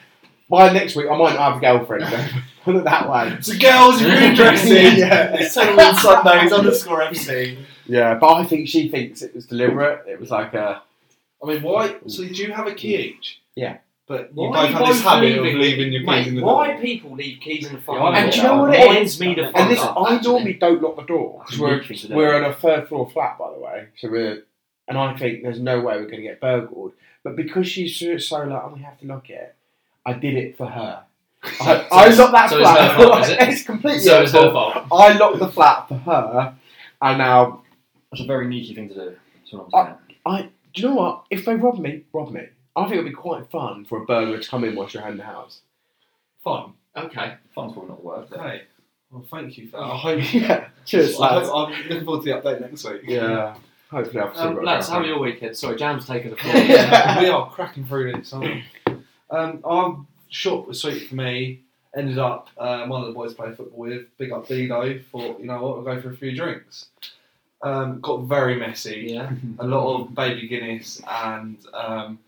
Speaker 2: by next week, I might not have a girlfriend. Put it that way.
Speaker 4: So, girls, if you're interested,
Speaker 2: yeah.
Speaker 4: it's Total on Sundays underscore MC.
Speaker 2: Yeah, but I think she thinks it was deliberate. It was like a.
Speaker 4: I mean, why? So, do you have a key each?
Speaker 2: Yeah.
Speaker 4: But you
Speaker 3: Why
Speaker 4: both
Speaker 3: both
Speaker 4: have this habit of
Speaker 3: leaving?
Speaker 4: leaving your keys
Speaker 3: Mate,
Speaker 4: in the
Speaker 3: why
Speaker 4: door.
Speaker 3: people leave keys in the
Speaker 5: Yeah, I know
Speaker 3: fucking door?
Speaker 5: And you know
Speaker 2: what it
Speaker 3: Reminds me the
Speaker 2: And
Speaker 3: fuck
Speaker 2: this,
Speaker 3: up,
Speaker 2: I
Speaker 3: actually.
Speaker 2: normally don't lock the door. 'cause
Speaker 5: That's
Speaker 2: we're,
Speaker 5: ridiculous, isn't it?
Speaker 2: We're on a third floor flat, by the way, so we're, and I think there's no way we're going to get burgled. But because she's so, so like, oh, we have to lock it, I did it for her. I, I locked that
Speaker 3: so it's
Speaker 2: flat.
Speaker 3: her fault, is it?
Speaker 2: It's completely
Speaker 3: So
Speaker 2: her
Speaker 3: it's her
Speaker 2: fault.
Speaker 3: fault.
Speaker 2: I locked the flat for her, and now
Speaker 5: That's a very needy thing to do. That's what
Speaker 2: Oh.
Speaker 5: I'm saying.
Speaker 2: do you know what? If they rob me, rob me. I think it'd be quite fun for a burglar to come in whilst you're in the house.
Speaker 4: Fun.
Speaker 3: Okay.
Speaker 5: Fun's probably not worth
Speaker 3: Oh,
Speaker 5: it.
Speaker 4: Hey. Well, thank you for that. I hope.
Speaker 2: yeah, cheers,
Speaker 4: I
Speaker 2: lads.
Speaker 4: hope I'm looking forward to the update next week.
Speaker 2: Yeah, hopefully I've still
Speaker 3: Um,
Speaker 2: got a
Speaker 3: lads, how are
Speaker 2: girlfriend.
Speaker 3: your weekend? Sorry, Jam's taking the floor.
Speaker 4: Yeah, we are cracking through this. aren't we? Um, our short was sweet for me. Ended up um, one of the boys I played football with. Big up Dido. Thought you know what, we'll go for a few drinks. Um, got very messy.
Speaker 3: Yeah.
Speaker 4: A lot of baby Guinness and um,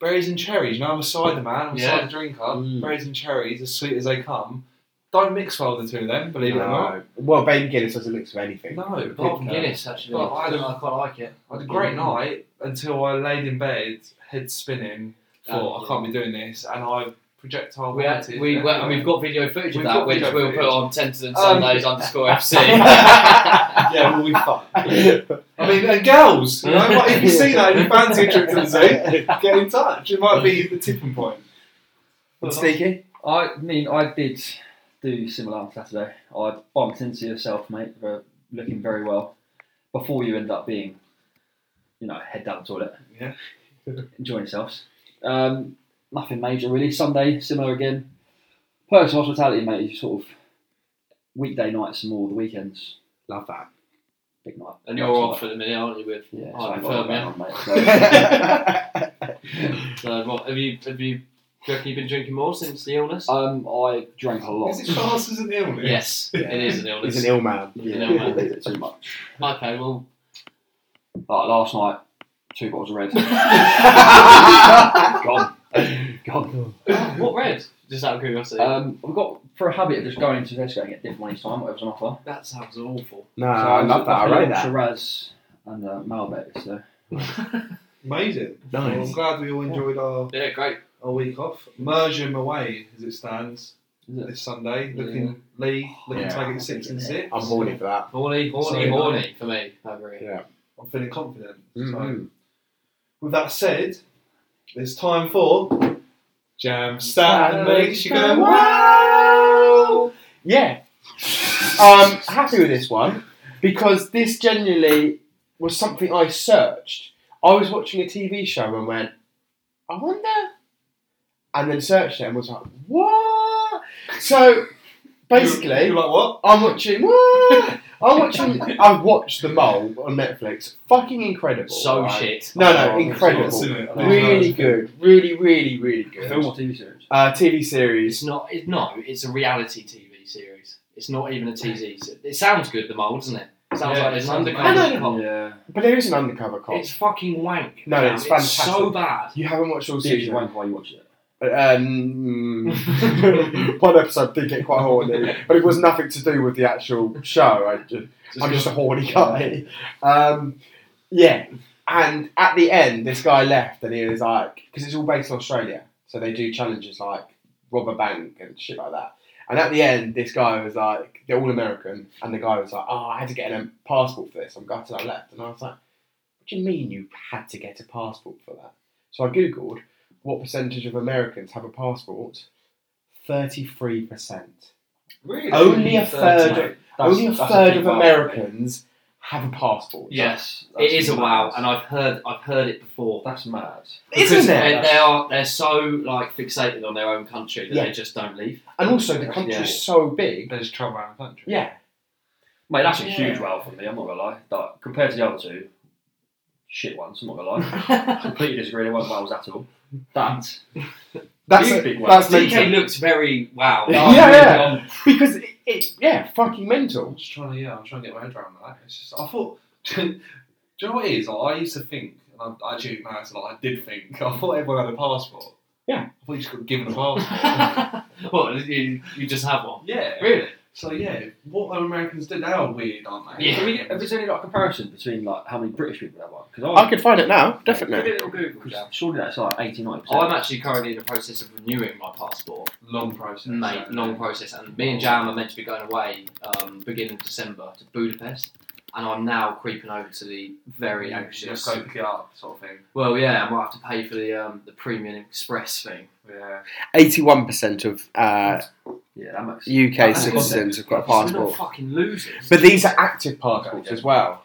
Speaker 4: berries and cherries. You know, I'm a cider man. I'm a
Speaker 3: Yeah.
Speaker 4: cider drinker.
Speaker 2: Mm.
Speaker 4: Berries and cherries, as sweet as they come. Don't mix well the two of them. Believe it or not.
Speaker 2: No. Well, Baby Guinness doesn't mix of anything.
Speaker 4: No,
Speaker 3: Apart from Guinness, actually.
Speaker 4: Well, I
Speaker 3: I,
Speaker 4: don't-
Speaker 3: I quite like it.
Speaker 4: I had a great night until I laid in bed, head spinning, thought
Speaker 3: Oh,
Speaker 4: I can't be doing this, and I projectile
Speaker 3: We had,
Speaker 4: vomited
Speaker 3: we, well, and
Speaker 4: everywhere.
Speaker 3: we've got video footage of
Speaker 4: We've
Speaker 3: that,
Speaker 4: got
Speaker 3: which
Speaker 4: video
Speaker 3: we'll put
Speaker 4: footage.
Speaker 3: on Tenters and
Speaker 4: Um,
Speaker 3: Sundays underscore FC.
Speaker 4: yeah, we'll be fine. I mean, and girls, you know, like, if you see that and you fancy a trip to the zoo, get in touch. It might be the tipping point.
Speaker 2: Sneaky.
Speaker 5: I mean, I did do similar on Saturday. I bumped into yourself, mate, for looking very well before you end up being, you know, head down the toilet.
Speaker 4: Yeah.
Speaker 5: Enjoying yourselves. Um, nothing major really. Sunday, similar again. Personal hospitality, mate, is sort of weekday nights and more the weekends.
Speaker 4: Love that.
Speaker 5: Big night.
Speaker 3: and you're off at the minute, aren't you? With
Speaker 5: Yeah, so
Speaker 3: Oh,
Speaker 5: I ain't
Speaker 3: firm,
Speaker 5: got nothing
Speaker 3: yeah.
Speaker 5: on, mate.
Speaker 3: so uh, what have you have you? Do you reckon you've been drinking more since the illness?
Speaker 5: So, um, I drank a lot.
Speaker 4: Is it classed as an illness?
Speaker 3: yes, it is an illness.
Speaker 2: He's an ill man.
Speaker 3: It's an
Speaker 5: Yeah,
Speaker 3: ill
Speaker 5: I
Speaker 3: man.
Speaker 5: did it too much.
Speaker 3: Okay, well,
Speaker 5: Like last night, two bottles of red. Gone. Gone.
Speaker 3: what red? Just out of curiosity.
Speaker 2: Uh,
Speaker 5: Um, we've got for a habit of just going to Tesco and get different ones each time, whatever's on offer.
Speaker 3: that sounds awful.
Speaker 2: No, Ah, I love that. I read that.
Speaker 5: Shiraz and uh, Malbec. So
Speaker 3: yeah,
Speaker 4: Amazing. Well, I'm
Speaker 2: Nice.
Speaker 4: glad we all enjoyed our,
Speaker 3: great.
Speaker 4: our week off. Mersham away, as it stands,
Speaker 5: Is it?
Speaker 4: this Sunday. Looking league, looking
Speaker 2: Yeah.
Speaker 4: to make it six and six.
Speaker 2: I'm horny for that.
Speaker 3: Horny, horny,
Speaker 4: Sorry,
Speaker 3: horny for me. I agree.
Speaker 4: I'm feeling confident. So,
Speaker 2: Mhm.
Speaker 4: with that said, it's time for Jam Stat and Makes You Go Wow!
Speaker 2: Yeah. Um, happy with this one because this genuinely was something I searched. I was watching a TV show and went, I wonder, and then searched it and was like, what? So basically,
Speaker 4: You're like, what?
Speaker 2: I'm watching. What? I'm watching. I've watched The Mole on Netflix. Fucking incredible.
Speaker 3: So
Speaker 2: right?
Speaker 3: shit.
Speaker 2: No, no,
Speaker 4: Oh,
Speaker 2: incredible.
Speaker 4: it's awesome, isn't it? uh,
Speaker 2: Really good. Really, really, really
Speaker 5: film
Speaker 2: good.
Speaker 5: or TV series?
Speaker 2: Uh, TV
Speaker 3: It's
Speaker 2: series.
Speaker 3: not. It, no, it's a reality TV series. It's not even a TV. se- It sounds good, the mold, doesn't it? It sounds
Speaker 4: Yeah,
Speaker 3: like
Speaker 4: it
Speaker 3: there's an
Speaker 4: sounds
Speaker 3: undercover.
Speaker 2: amazing.
Speaker 3: cop.
Speaker 5: Yeah.
Speaker 2: But there is an undercover cop.
Speaker 3: It's fucking wank.
Speaker 2: No,
Speaker 3: Cam.
Speaker 2: it's
Speaker 3: so
Speaker 2: fantastic.
Speaker 3: bad.
Speaker 2: You haven't watched all
Speaker 5: See if you
Speaker 2: season.
Speaker 5: wank while you watch it.
Speaker 2: Um, one episode did get quite horny, but it was nothing to do with the actual show. I just, I'm just a horny guy. Um, yeah, and at the end, this guy left, and he was like, because it's all based in Australia, so they do challenges like rob a bank and shit like that. And at the end, this guy was like, they're all American, and the guy was like, oh, I had to get a passport for this. I'm gutted I left, and I was like, what do you mean you had to get a passport for that? So I googled what percentage of Americans have a passport? 33%.
Speaker 4: Really?
Speaker 2: Only a
Speaker 5: Third,
Speaker 2: third,
Speaker 5: mate. That's-
Speaker 2: only a
Speaker 5: that's a
Speaker 2: third
Speaker 5: big
Speaker 2: of
Speaker 5: wow.
Speaker 2: Americans have a passport.
Speaker 3: Yes,
Speaker 5: That's
Speaker 3: it is a
Speaker 5: mad.
Speaker 3: wow, and I've heard I've heard it before.
Speaker 5: That's mad.
Speaker 2: Isn't
Speaker 3: Because
Speaker 2: it?
Speaker 3: They, they are they're so like fixated on their own country that
Speaker 2: Yeah.
Speaker 3: they just don't leave.
Speaker 2: And also, the country's
Speaker 5: Yeah.
Speaker 2: so big.
Speaker 4: There's trouble around the country.
Speaker 2: Yeah.
Speaker 5: Mate, that's a
Speaker 2: Yeah.
Speaker 5: huge wow for me. I'm not gonna lie. Like, compared to the other two, shit ones. I'm not gonna lie. Completely disagree. They weren't wows at all. That
Speaker 2: That's
Speaker 5: You
Speaker 2: a-
Speaker 5: big one.
Speaker 2: that's
Speaker 3: DK
Speaker 2: mental.
Speaker 3: looks very wow.
Speaker 2: Yeah,
Speaker 4: Oh,
Speaker 2: yeah. Because it, it, yeah, fucking
Speaker 4: I'm
Speaker 2: mental.
Speaker 4: just trying to, yeah, I'm trying to get my head around that. It's just, I thought, do you know what it is? Like, I used to think, and I, I actually now it's like I did think, I thought everyone had a passport.
Speaker 2: Yeah.
Speaker 4: I thought you just got given a passport.
Speaker 3: what you, you just have one?
Speaker 4: yeah.
Speaker 3: Really?
Speaker 4: So, yeah, what are Americans do, they are weird, aren't they?
Speaker 3: Yeah.
Speaker 5: I mean, if there's any like comparison between like how many British people there were, because
Speaker 2: I could find it now,
Speaker 3: Give
Speaker 2: definitely.
Speaker 3: it a little Google. Jack.
Speaker 5: surely that's like 89.
Speaker 3: Oh, I'm actually currently in the process of renewing my passport,
Speaker 4: Long process.
Speaker 3: mate. Long process, and me and Jam are meant to be going away um, beginning of December to Budapest, and I'm now creeping over to the very
Speaker 2: Mm,
Speaker 3: anxious.
Speaker 4: Just go pick it up, sort of thing.
Speaker 3: Well, yeah, I might have to pay for the um, the premium express thing.
Speaker 4: Yeah.
Speaker 2: Eighty-one percent of uh,
Speaker 5: Yeah, that makes.
Speaker 2: UK
Speaker 3: That's
Speaker 2: citizens have got a
Speaker 3: So we're not
Speaker 2: passport,
Speaker 3: fucking losers.
Speaker 2: but these are active passports as well.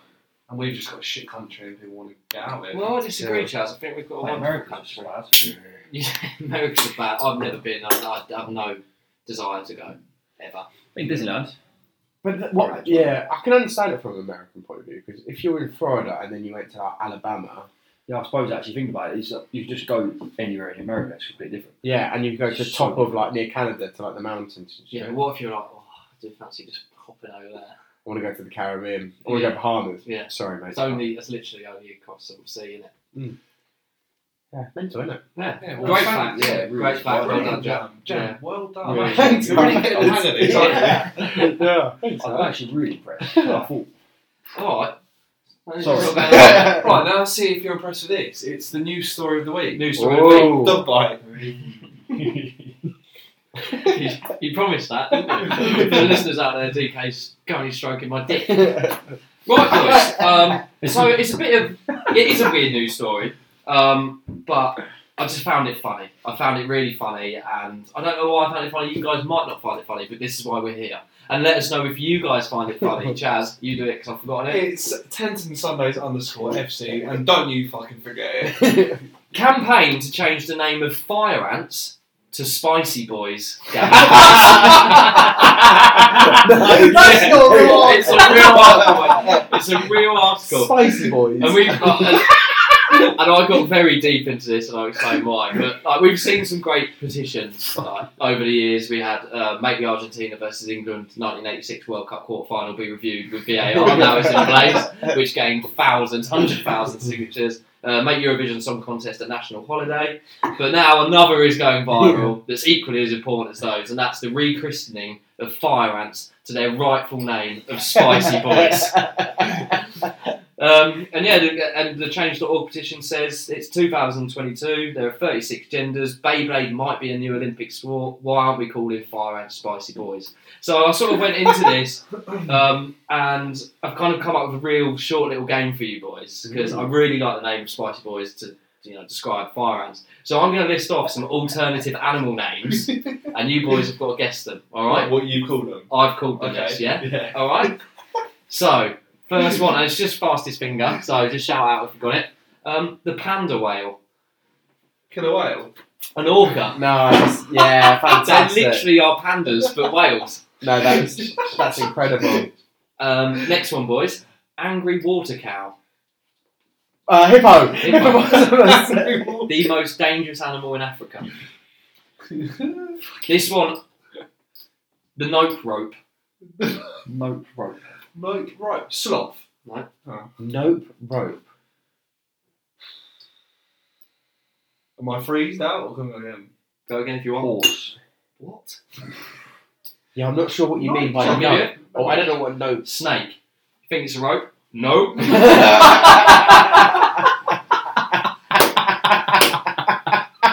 Speaker 4: And we've just got a shit country and people want to get out of it.
Speaker 3: Well, I disagree, Charles. I think we've got a
Speaker 5: Like,
Speaker 3: wonderful
Speaker 5: America's
Speaker 3: country.
Speaker 5: just bad.
Speaker 3: Yeah, America's bad. I've never been. I, I have no desire to go ever.
Speaker 5: I mean, Disneyland.
Speaker 2: But th- what, yeah, I can understand it from an American point of view because if you were in Florida and then you went to like, Alabama,
Speaker 5: Yeah, I suppose actually think about it, is that you just go anywhere in America, it's completely different.
Speaker 2: yeah, and you go to the top of like near Canada to like the mountains. And shit.
Speaker 3: Yeah, but what if you're like, oh, I do fancy just popping over there?
Speaker 2: I want to go to the Caribbean. I want to
Speaker 3: Yeah.
Speaker 2: go Bahamas.
Speaker 3: Yeah.
Speaker 2: Sorry, mate.
Speaker 3: It's only, it's literally only across the sea, isn't it?
Speaker 2: yeah, mental, isn't it?
Speaker 3: Yeah.
Speaker 4: Yeah, well,
Speaker 3: great fact.
Speaker 4: thanks.
Speaker 3: Yeah,
Speaker 5: Yeah, really
Speaker 3: great
Speaker 5: well
Speaker 3: fact. Well
Speaker 5: done,
Speaker 3: done, Jack.
Speaker 4: Jam. Jam, well done.
Speaker 3: Yeah.
Speaker 2: Thanks,
Speaker 4: You're really
Speaker 2: mate.
Speaker 4: getting the hang of this, aren't you?
Speaker 2: Yeah. yeah. Thanks,
Speaker 5: I'm
Speaker 2: mate.
Speaker 5: actually really impressed. I thought,
Speaker 3: All right. That's
Speaker 5: Sorry.
Speaker 3: not bad.
Speaker 4: Right, now let's see if you're impressed with this. It's the news story of the week.
Speaker 3: News
Speaker 2: story of the week. Whoa.
Speaker 4: Dog bite.
Speaker 3: you, you promised that, didn't you? For the listeners out there, DK's currently stroking my dick. Right, boys. Um, so it's a bit of it is a weird news story, um, but I just found it funny. I found it really funny, and I don't know why I found it funny. You guys might not find it funny, but this is why we're here. And let us know if you guys find it funny. Chaz, you do it because I've forgotten it.
Speaker 4: It's Tenton Sundays underscore FC, and don't you fucking forget it.
Speaker 3: Campaign to change the name of Fire Ants to Spicy Boys.
Speaker 2: That's not right.
Speaker 3: It's a real article. It's a real article.
Speaker 2: Spicy boys.
Speaker 3: And we've got, and, and I got very deep into this, and I'll explain why. But like, we've seen some great petitions like, over the years. We had uh, make the Argentina versus England 1986 World Cup quarter final be reviewed with VAR. now it's in place, which gained thousands, hundred thousand signatures. Uh, make Eurovision Song Contest a national holiday. But now another is going viral that's equally as important as those, and that's the rechristening of fire ants to their rightful name of Spicy Boys. Um, and yeah, the, and the change.org petition says it's 2022, there are 36 genders, Beyblade might be a new Olympic sport, why aren't we calling fire ants spicy boys? So I sort of went into this um, and I've kind of come up with a real short little game for you boys because I really like the name spicy boys to you know describe fire ants. So I'm going to list off some alternative animal names and you boys have got to guess them, alright?
Speaker 4: What you call them?
Speaker 3: I've called them
Speaker 4: Okay.
Speaker 3: this, yeah? All right. So first one, and it's just fastest finger. So just shout out if you got it. Um, the panda whale,
Speaker 4: Killer whale.
Speaker 3: an orca.
Speaker 2: Nice. Yeah,
Speaker 3: They
Speaker 2: fantastic.
Speaker 3: literally are pandas, but whales.
Speaker 2: No, that's that's incredible.
Speaker 3: Um, next one, boys. Angry water cow,
Speaker 2: Uh, hippo.
Speaker 3: Hippo.
Speaker 2: Hippo.
Speaker 3: the most dangerous animal in Africa. This one, the nope rope.
Speaker 5: Nope rope.
Speaker 4: Like, right, sloth.
Speaker 2: nope. Rope.
Speaker 4: Am I freezed out or can I again?
Speaker 3: Go again if you want.
Speaker 5: Horse.
Speaker 3: What?
Speaker 2: Yeah, I'm not sure what you mean by
Speaker 3: Shall I give
Speaker 2: nope.
Speaker 3: you
Speaker 2: Oh, I don't know what nope.
Speaker 3: it? Snake. You think it's a rope? Nope.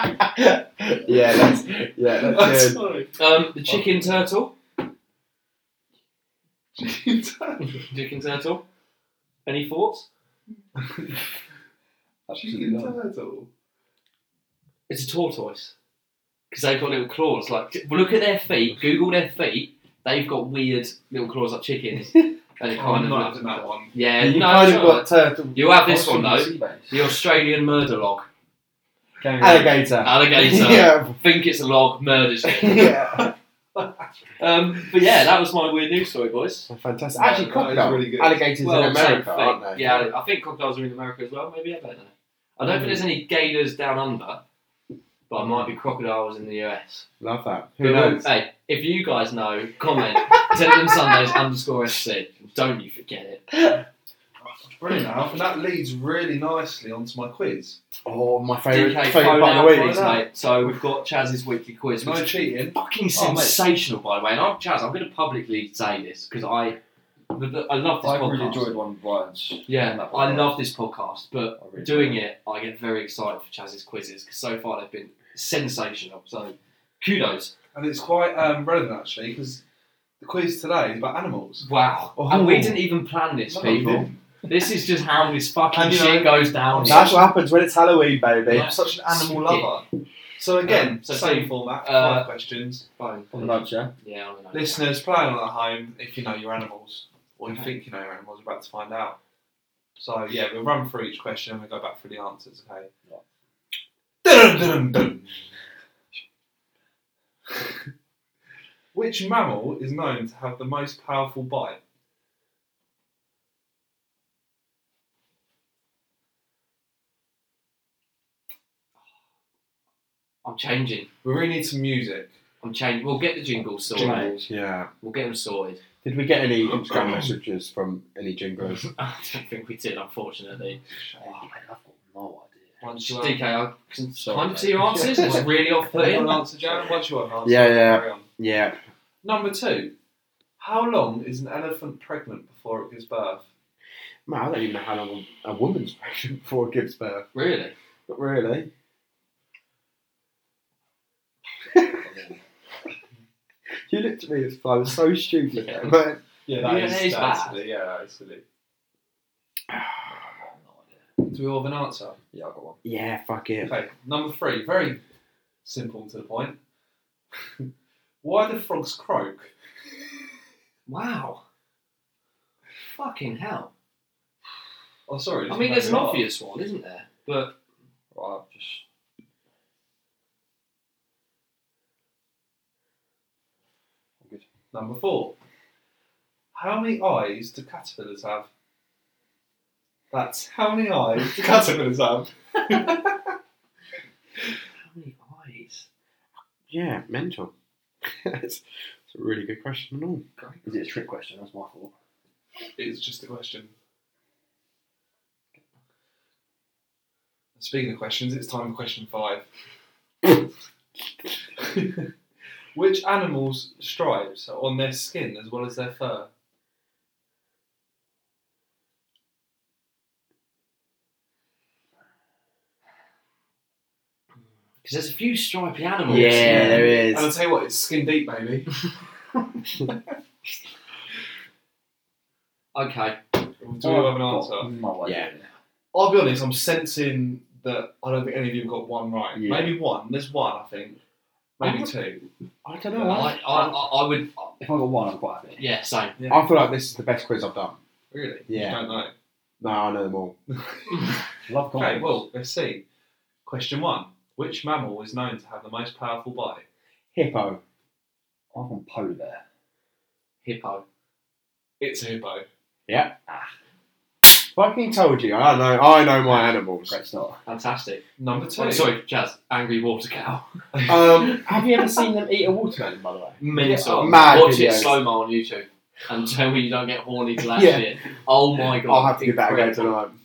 Speaker 2: Yeah, that's yeah, that's
Speaker 4: That's
Speaker 2: good.
Speaker 3: Um, the chicken turtle. Chicken turtle. Any thoughts?
Speaker 5: Absolutely
Speaker 4: Chicken
Speaker 5: not.
Speaker 4: turtle.
Speaker 3: It's a tortoise. Because they've got little claws. Like, well, look at their feet. Google their feet. They've got weird little claws like chickens. And it
Speaker 4: Oh,
Speaker 3: kind
Speaker 4: I'm
Speaker 3: of.
Speaker 4: not having that one.
Speaker 3: Yeah,
Speaker 2: you
Speaker 3: no,
Speaker 2: kind
Speaker 3: it's
Speaker 2: of
Speaker 3: not.
Speaker 2: got turtle,
Speaker 3: You have this one though.
Speaker 5: Sea bass.
Speaker 3: The Australian murder log.
Speaker 5: Kangaroo.
Speaker 2: alligator.
Speaker 3: Alligator.
Speaker 2: Yeah.
Speaker 3: Think it's a log, murders it.
Speaker 2: yeah.
Speaker 3: um, but yeah, that was my weird news story, boys.
Speaker 2: Fantastic.
Speaker 4: Yeah,
Speaker 2: Actually,
Speaker 4: that
Speaker 2: crocodile.
Speaker 4: is really good.
Speaker 2: Alligators
Speaker 3: Well,
Speaker 2: in America,
Speaker 3: same
Speaker 2: aren't
Speaker 3: thing.
Speaker 2: they?
Speaker 3: Yeah, I think crocodiles are in America as well. Maybe I don't know. I don't
Speaker 2: Hmm.
Speaker 3: think there's any gators down under, but it might be crocodiles in the US.
Speaker 2: Love that.
Speaker 3: But,
Speaker 2: Who knows?
Speaker 3: Hey, if you guys know, comment. Send them Sundays underscore SC. Don't you forget it.
Speaker 4: Brilliant, Alf. And that leads really nicely onto my quiz.
Speaker 2: Oh, my favourite
Speaker 3: DK
Speaker 2: favourite
Speaker 3: phone
Speaker 2: part
Speaker 3: out,
Speaker 2: of the week.
Speaker 3: please, mate. So we've got Chaz's weekly quiz, which
Speaker 4: No
Speaker 3: is
Speaker 4: cheating.
Speaker 3: fucking
Speaker 5: Oh, mate.
Speaker 3: sensational, by the way. And I'm, Chaz, I'm going to publicly say this because I, the- the- I love this
Speaker 5: I
Speaker 3: podcast.
Speaker 5: really enjoyed one of Ryan's. on
Speaker 3: yeah,
Speaker 5: that
Speaker 3: I
Speaker 5: podcast.
Speaker 3: love this podcast, but
Speaker 5: I really
Speaker 3: doing
Speaker 5: enjoyed
Speaker 3: it, I get very excited for Chaz's quizzes because so far they've been sensational. So kudos!
Speaker 4: And it's quite um, relevant actually because the quiz today is about animals.
Speaker 3: Wow, and
Speaker 5: Oh.
Speaker 3: we didn't even plan this,
Speaker 4: No, we
Speaker 3: people.
Speaker 4: didn't.
Speaker 3: This is just how this fucking
Speaker 4: And, you
Speaker 3: shit goes down. here.
Speaker 2: That's what happens when it's Halloween, baby.
Speaker 4: I'm such an animal
Speaker 3: Shit.
Speaker 4: lover. So again,
Speaker 3: Um, so
Speaker 4: same
Speaker 3: two-
Speaker 4: format,
Speaker 3: uh,
Speaker 4: five questions.
Speaker 3: Fine.
Speaker 5: On the notes, yeah?
Speaker 3: Yeah, I'm gonna-
Speaker 4: Listeners playing on at home, if you know your animals or you
Speaker 3: Okay.
Speaker 4: think you know your animals, we're about to find out. So yeah, we'll run through each question and we'll go back through the answers. Okay.
Speaker 5: Yeah.
Speaker 4: Dun, dun, dun, dun. Which mammal is known to have the most powerful bite?
Speaker 3: I'm changing.
Speaker 4: We really need some music.
Speaker 3: I'm changing. We'll get the jingles sorted.
Speaker 5: Jingles.
Speaker 2: Yeah.
Speaker 3: We'll get them sorted.
Speaker 2: Did we get any Instagram messages from any jinglers?
Speaker 3: I don't think we did, unfortunately.
Speaker 5: Oh, mate, I've got no idea.
Speaker 4: Once you
Speaker 3: DK, I can
Speaker 5: Sorry,
Speaker 3: kind of
Speaker 5: mate.
Speaker 3: see your answers. It's really off
Speaker 4: Put in
Speaker 3: putting.
Speaker 4: an answer, Jared. Once you have an answer,
Speaker 2: Yeah, yeah.
Speaker 4: carry on.
Speaker 2: yeah.
Speaker 4: Number two. How long is an elephant pregnant before it gives birth?
Speaker 2: Man, I don't even know how long a woman's pregnant before it gives birth.
Speaker 3: Really?
Speaker 2: Not really.
Speaker 6: You looked at me as if I was so stupid. But
Speaker 7: Yeah, that
Speaker 3: Yeah,
Speaker 7: is-
Speaker 3: it is
Speaker 7: that's
Speaker 3: bad.
Speaker 7: the- yeah, that is silly.
Speaker 4: Do we all have an answer?
Speaker 5: Yeah, I got one.
Speaker 2: Yeah, fuck it.
Speaker 4: Okay, number three, very simple and to the point. Why do frogs croak?
Speaker 3: Wow. Fucking hell.
Speaker 4: Oh, sorry.
Speaker 3: I mean, there's an
Speaker 4: maybe not.
Speaker 3: obvious one, isn't there? But
Speaker 5: Right, I've just
Speaker 4: Number four. How many eyes do caterpillars have? That's how many eyes do caterpillars have.
Speaker 3: how many eyes?
Speaker 2: Yeah, mental. It's it's a really good question. and all.
Speaker 5: is it a trick question? That's my fault.
Speaker 4: It's just a question. Speaking of questions, it's time for question five. Which animals' stripes are on their skin as well as their fur?
Speaker 3: Because there's a few stripy animals.
Speaker 2: Yeah, there
Speaker 4: And I'll
Speaker 2: is.
Speaker 4: tell you what, it's skin deep, baby.
Speaker 3: Okay.
Speaker 4: Do we
Speaker 5: Oh,
Speaker 4: have an answer?
Speaker 5: No idea.
Speaker 4: I'll be honest, I'm sensing that I don't think any of you have got one right.
Speaker 2: Yeah.
Speaker 4: Maybe one. There's one, I think. Maybe two.
Speaker 2: I don't
Speaker 3: I,
Speaker 2: know. I,
Speaker 3: I, I, I would.
Speaker 5: If I got one, I'm quite happy.
Speaker 3: Yeah, same.
Speaker 2: I feel like this is the best quiz I've done.
Speaker 4: Really?
Speaker 2: Yeah.
Speaker 4: You don't know.
Speaker 2: No, I know them all.
Speaker 5: Love confidence.
Speaker 4: okay, well, let's see. Question one. Which mammal is known to have the most powerful bite?
Speaker 2: Hippo.
Speaker 5: I've gone polar bear.
Speaker 3: Hippo.
Speaker 4: It's a hippo.
Speaker 2: Fucking told you. I know. I know my animals.
Speaker 5: Great start.
Speaker 3: Fantastic.
Speaker 4: Number two.
Speaker 3: Sorry, sorry, Jazz. Angry water cow.
Speaker 2: Um, have you ever seen them eat a watermelon? By the way.
Speaker 4: Mental.
Speaker 2: Mad
Speaker 3: Watch it
Speaker 2: videos.
Speaker 3: slow mo on YouTube and tell me you don't get horny to that
Speaker 2: Yeah.
Speaker 3: shit. Oh my god.
Speaker 2: I'll have to give that a go
Speaker 3: incredible.
Speaker 2: tonight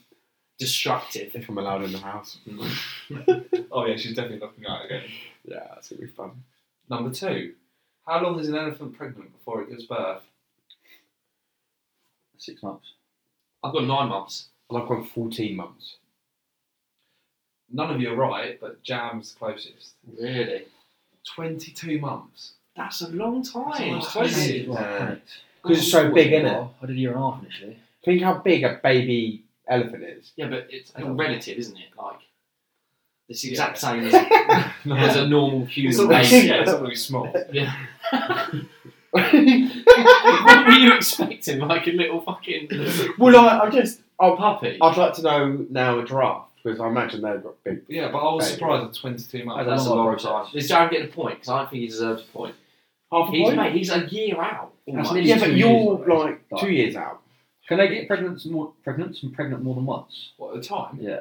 Speaker 3: Destructive.
Speaker 2: if I'm allowed in the house.
Speaker 4: Oh, yeah, she's definitely looking out again.
Speaker 2: Yeah, that's gonna be fun.
Speaker 4: Number two. How long is an elephant pregnant before it gives birth?
Speaker 5: Six months.
Speaker 3: I've got nine months.
Speaker 2: And I've gone 14 months.
Speaker 4: None of you are right, but Jam's closest.
Speaker 3: Really?
Speaker 4: 22 months.
Speaker 3: That's a long time.
Speaker 4: That's crazy.
Speaker 5: Jesus,
Speaker 2: Yeah.
Speaker 5: panicked.
Speaker 2: Because it's so big, isn't it?
Speaker 5: Uh, I did a year and a half initially.
Speaker 2: Think how big a baby elephant is.
Speaker 3: Yeah, but it's
Speaker 5: don't-
Speaker 3: relative, isn't it? Like, it's the
Speaker 4: Yeah.
Speaker 3: exact same as,
Speaker 4: No,
Speaker 3: as a normal
Speaker 4: it's not
Speaker 3: human baby.
Speaker 4: really, yeah, it's not really small.
Speaker 3: Yeah. what were you expecting? Like a little fucking
Speaker 2: well, I, I just.
Speaker 3: puppy?
Speaker 2: I'd like to know now a giraffe because I imagine they've got big.
Speaker 4: Yeah, but I was
Speaker 2: Baby.
Speaker 4: surprised at 22 months.
Speaker 5: That's a long process.
Speaker 3: Does Jared get a point? Because I don't think he deserves a point.
Speaker 2: Half
Speaker 3: He's mate, he's a year out.
Speaker 5: That's
Speaker 3: almost.
Speaker 5: nearly
Speaker 2: Yeah,
Speaker 5: two
Speaker 2: but
Speaker 5: years,
Speaker 2: you're
Speaker 5: by the way.
Speaker 2: like two years out.
Speaker 5: Can they get pregnant more pregnant and pregnant more than once?
Speaker 4: What, at the time?
Speaker 5: Yeah.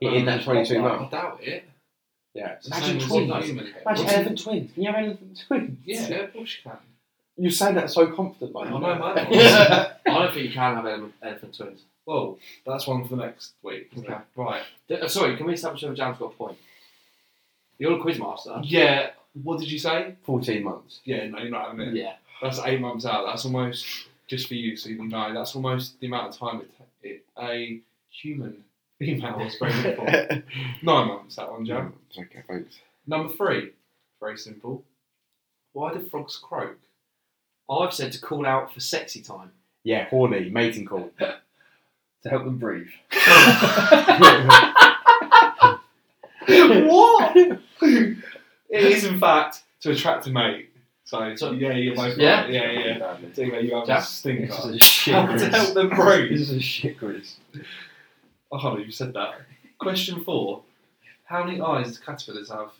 Speaker 2: In that 22
Speaker 4: I
Speaker 2: months.
Speaker 4: doubt it.
Speaker 2: Yeah.
Speaker 4: It's the same
Speaker 2: Imagine
Speaker 4: as
Speaker 2: twins.
Speaker 4: a human.
Speaker 2: Imagine
Speaker 4: Yeah,
Speaker 2: elephant twins. Can you have elephant twins?
Speaker 4: Yeah, of course you can.
Speaker 2: You say that so confidently.
Speaker 4: I know my animals.
Speaker 2: Yeah.
Speaker 3: I don't think you can have ele- elephant twins.
Speaker 4: Well, that's one for next week. isn't it?
Speaker 3: Okay.
Speaker 4: Right.
Speaker 3: Th- uh, sorry, can we establish whether Jam's got a point? You're a quiz master.
Speaker 4: Yeah, what did you say?
Speaker 2: 14 months.
Speaker 4: Yeah, no, you're not having it.
Speaker 3: Yeah.
Speaker 4: That's eight months out. That's almost, just for you, so you know, that's almost the amount of time it, it a human female was pregnant for. Nine months, that one, Joe.
Speaker 2: It's okay, thanks.
Speaker 4: Number three. Very simple. Why do frogs croak?
Speaker 3: I've said to call out for sexy time.
Speaker 2: Yeah, horny, mating call.
Speaker 5: To help them breathe.
Speaker 4: what? it is, in fact, to attract a mate. So,
Speaker 3: So-
Speaker 4: yeah, you're both
Speaker 3: Yeah?
Speaker 4: right. Yeah, yeah. So, anyway, you have
Speaker 3: Yeah.
Speaker 4: a stinker.
Speaker 5: This is a
Speaker 4: How
Speaker 5: shit
Speaker 4: to help
Speaker 5: quiz.
Speaker 4: them breathe.
Speaker 5: This is a shit quiz.
Speaker 4: Oh, hello, you said that. Question four. How many eyes do caterpillars have?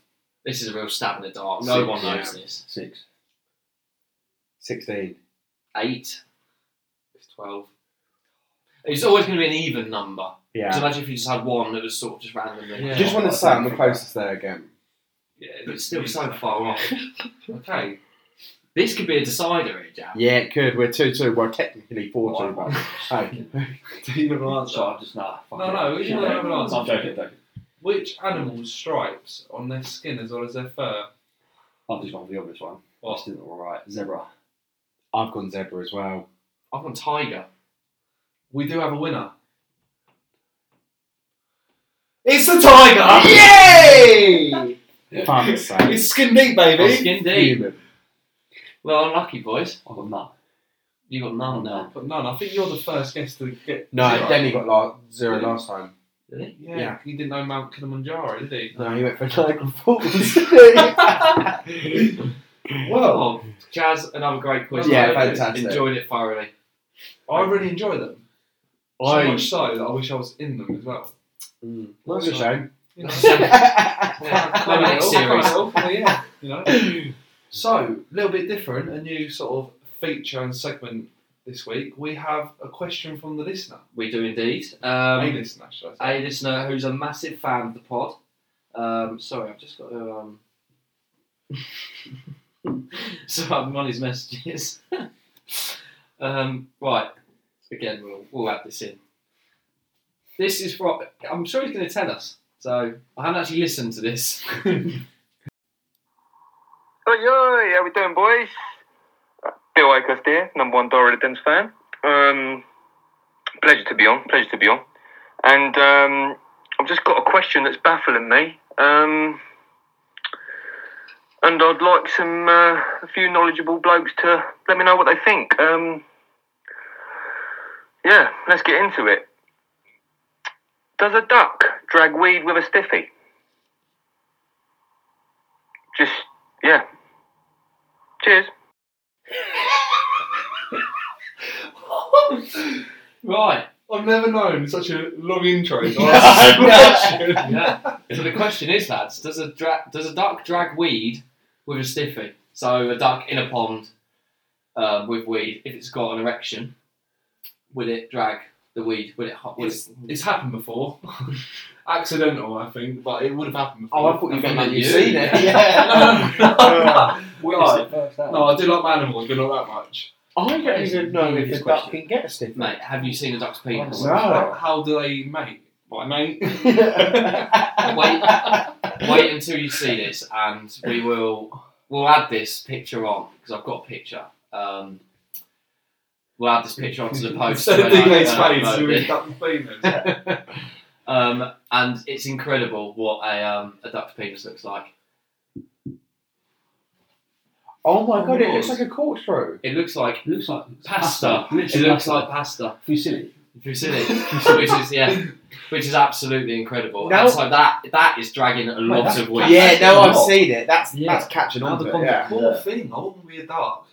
Speaker 3: This is a real stab in the dark.
Speaker 2: Six,
Speaker 3: No one knows
Speaker 2: yeah.
Speaker 3: this.
Speaker 5: Six.
Speaker 2: 16.
Speaker 3: Eight.
Speaker 4: It's 12.
Speaker 3: It's always going to be an even number.
Speaker 2: Yeah.
Speaker 3: Because imagine if you just had one that was sort of just randomly.
Speaker 4: Yeah.
Speaker 2: Just want to say I'm the closest there again.
Speaker 4: Yeah,
Speaker 3: But it's still so far off.
Speaker 4: Okay.
Speaker 3: This could be a decider here, Jam.
Speaker 2: Yeah, it could. We're 2 2. Well, technically 4 2.
Speaker 5: One.
Speaker 2: Hey.
Speaker 4: Do you have an
Speaker 5: So
Speaker 4: answer?
Speaker 5: I'm just nah. fuck
Speaker 4: No,
Speaker 5: it.
Speaker 4: no, we should have an answer.
Speaker 5: I'm joking, I'm joking.
Speaker 4: Which animal's stripes on their skin as well as their fur?
Speaker 5: I've just gone for the obvious one.
Speaker 4: What?
Speaker 5: This isn't alright. Zebra.
Speaker 2: I've gone zebra as well.
Speaker 3: I've gone tiger.
Speaker 4: We do have a winner. It's the tiger!
Speaker 2: Yay! Fuck's sake.
Speaker 4: It's skin deep, baby!
Speaker 3: Skin deep.
Speaker 2: Human.
Speaker 3: Well, unlucky boys.
Speaker 5: I've got none.
Speaker 3: You got none now.
Speaker 4: But none. I think you're the first guest to get.
Speaker 2: No,
Speaker 4: zero.
Speaker 2: Denny got la- zero last time.
Speaker 3: Really?
Speaker 4: Yeah,
Speaker 2: Yeah.
Speaker 4: he didn't know Mount Kilimanjaro, did he?
Speaker 2: No, he went for Niagara Falls.
Speaker 3: Well, Oh, Jazz, another great quiz.
Speaker 2: Oh. Yeah,
Speaker 3: Hope you
Speaker 2: fantastic.
Speaker 3: Enjoyed it thoroughly.
Speaker 4: I really enjoy them. So
Speaker 2: I-
Speaker 4: much so that I wish I was in them as well.
Speaker 2: That's a shame.
Speaker 4: You know?
Speaker 3: Yeah,
Speaker 4: Quite
Speaker 3: next
Speaker 4: well,
Speaker 3: series.
Speaker 4: quite well, well, yeah, you know. So, a little bit different, a new sort of feature and segment this week. We have a question from the listener.
Speaker 3: We do indeed.
Speaker 4: a
Speaker 3: Um,
Speaker 4: listener, should I say.
Speaker 3: a listener who's a massive fan of the pod. Um, sorry, I've just got to. Um... so I'm on his messages. um, right, again, we'll, we'll add this in. This is from. I'm sure he's going to tell us. So I haven't actually listened to this.
Speaker 7: Oi, oi, how we doing, boys? Bill Acuff here, number one Dora Dens fan. Um, pleasure to be on, pleasure to be on. And um, I've just got a question that's baffling me. Um, and I'd like some uh, a few knowledgeable blokes to let me know what they think. Um, yeah, let's get into it. Does a duck drag weed with a stiffy? Just yeah. Cheers.
Speaker 3: right.
Speaker 4: I've never known such a long intro. So I asked a question.
Speaker 3: yeah. So the question is, lads, does a dra- does a duck drag weed with a stiffy? So a duck in a pond um, with weed, if it's got an erection, will it drag the weed? Will it? ho- Will
Speaker 4: It's,
Speaker 3: it
Speaker 4: it's happened before. Accidental, I think, but it would have happened
Speaker 2: Oh,
Speaker 4: before.
Speaker 2: I thought you
Speaker 3: meant
Speaker 2: meant
Speaker 3: like
Speaker 2: like
Speaker 3: you.
Speaker 2: you'd seen it.
Speaker 4: no, no, no,
Speaker 5: Witnessed it first hand.
Speaker 4: no, I do like my animals, but not that much.
Speaker 2: I don't even know
Speaker 5: Previous
Speaker 2: if the duck
Speaker 5: question.
Speaker 2: can get a stiff.
Speaker 3: mate, have you seen a duck's penis?
Speaker 5: No.
Speaker 4: How, how do they mate? By mate?
Speaker 3: wait, wait until you see this, and we will we'll add this picture on because I've got a picture. Um, we'll add this picture onto the post.
Speaker 4: So
Speaker 3: when I-
Speaker 4: DJ's
Speaker 3: when I
Speaker 4: face
Speaker 3: upload
Speaker 4: with his
Speaker 3: it.
Speaker 4: duck penis.
Speaker 3: Um, and it's incredible what a um, a duck's penis looks like.
Speaker 2: Oh my god, it
Speaker 3: Of
Speaker 2: looks
Speaker 3: course.
Speaker 2: like a corkscrew.
Speaker 3: It looks like
Speaker 5: It looks like
Speaker 3: pasta. It
Speaker 5: Literally
Speaker 3: looks
Speaker 5: pasta.
Speaker 3: like pasta.
Speaker 5: fusilli.
Speaker 3: If you've seen it, which is yeah, which is absolutely incredible.
Speaker 2: Now-
Speaker 3: and so that that is dragging a lot of weight.
Speaker 2: Yeah, no, I've
Speaker 5: Oh.
Speaker 2: seen it. That's
Speaker 5: Yeah.
Speaker 2: that's catching on
Speaker 4: Another
Speaker 2: to it.
Speaker 4: con-
Speaker 2: Yeah.
Speaker 4: Poor thing, I wouldn't be a duck.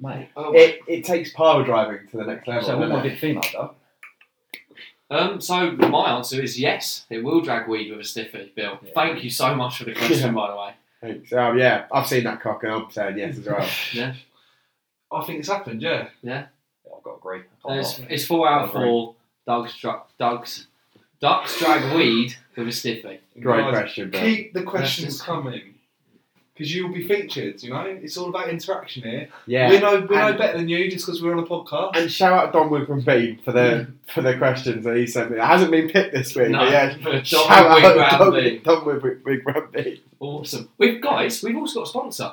Speaker 5: Mate.
Speaker 4: Oh,
Speaker 2: It, it takes power driving to the next level.
Speaker 5: So
Speaker 2: doesn't
Speaker 5: what
Speaker 2: it?
Speaker 5: might be a female duck?
Speaker 3: Um, so my answer is yes, it will drag weed with a stiffy, Bill.
Speaker 5: Yeah.
Speaker 3: Thank you so much for the question,
Speaker 2: Yeah.
Speaker 3: by the way.
Speaker 2: Thanks. Oh yeah, I've seen that cock, and I'm saying yes as well.
Speaker 4: I think it's happened, yeah.
Speaker 5: Yeah, I've got to agree. I can't
Speaker 4: Oh,
Speaker 3: And it's,
Speaker 5: lie.
Speaker 3: it's four hour
Speaker 5: Alright.
Speaker 3: four. Dogs, dra- dogs, ducks drag weed with a stiffy.
Speaker 2: Great
Speaker 4: Guys,
Speaker 2: question, bro.
Speaker 4: Keep the questions coming. Because you'll be featured, you know? It's all about interaction here. We
Speaker 2: Yeah,
Speaker 4: know we know
Speaker 2: And-
Speaker 4: better than you just because we're on a podcast.
Speaker 2: and shout out Don Wood from Beam for the for the questions that he sent me. It hasn't been picked this week,
Speaker 3: No,
Speaker 2: but yeah.
Speaker 3: Dog
Speaker 2: shout
Speaker 3: weed
Speaker 2: out
Speaker 3: grab
Speaker 2: Don-
Speaker 3: weed.
Speaker 2: Don Wood with with Grand Beam.
Speaker 3: Awesome. We've guys, we've also got a sponsor.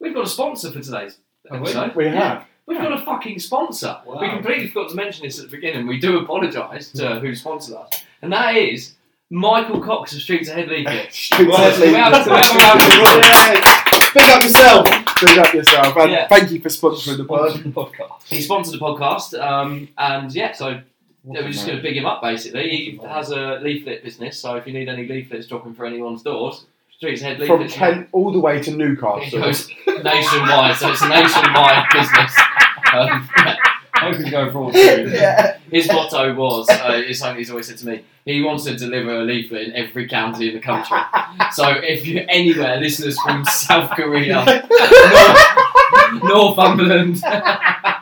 Speaker 3: We've got a sponsor for today's
Speaker 4: Have we?
Speaker 3: episode.
Speaker 2: We
Speaker 3: Yeah.
Speaker 2: have.
Speaker 3: We've got a fucking sponsor.
Speaker 4: Wow.
Speaker 3: We completely forgot to mention this at the beginning. We do apologise to who sponsored us, and that is Michael Cox of Streets Ahead League.
Speaker 2: Exactly.
Speaker 3: we have- we have a round of applause.
Speaker 2: Big up yourself. Big up yourself. And
Speaker 3: Yeah.
Speaker 2: thank you for sponsoring the pod.
Speaker 5: podcast.
Speaker 3: He sponsored the podcast, um, and yeah, so we're just going to big him up basically. He has a leaflet business, so if you need any leaflets dropping for anyone's doors, Streets Ahead
Speaker 2: From
Speaker 3: leaflets.
Speaker 2: Kent all the way to
Speaker 3: It
Speaker 2: Newcastle.
Speaker 3: goes nationwide, so it's a nationwide business. Um,
Speaker 5: I hope we go for all three.
Speaker 3: his motto was, uh, it's something he's always said to me, he wants to deliver a leaflet in every county in the country. So if you're anywhere, listeners from South Korea, North, Northumberland,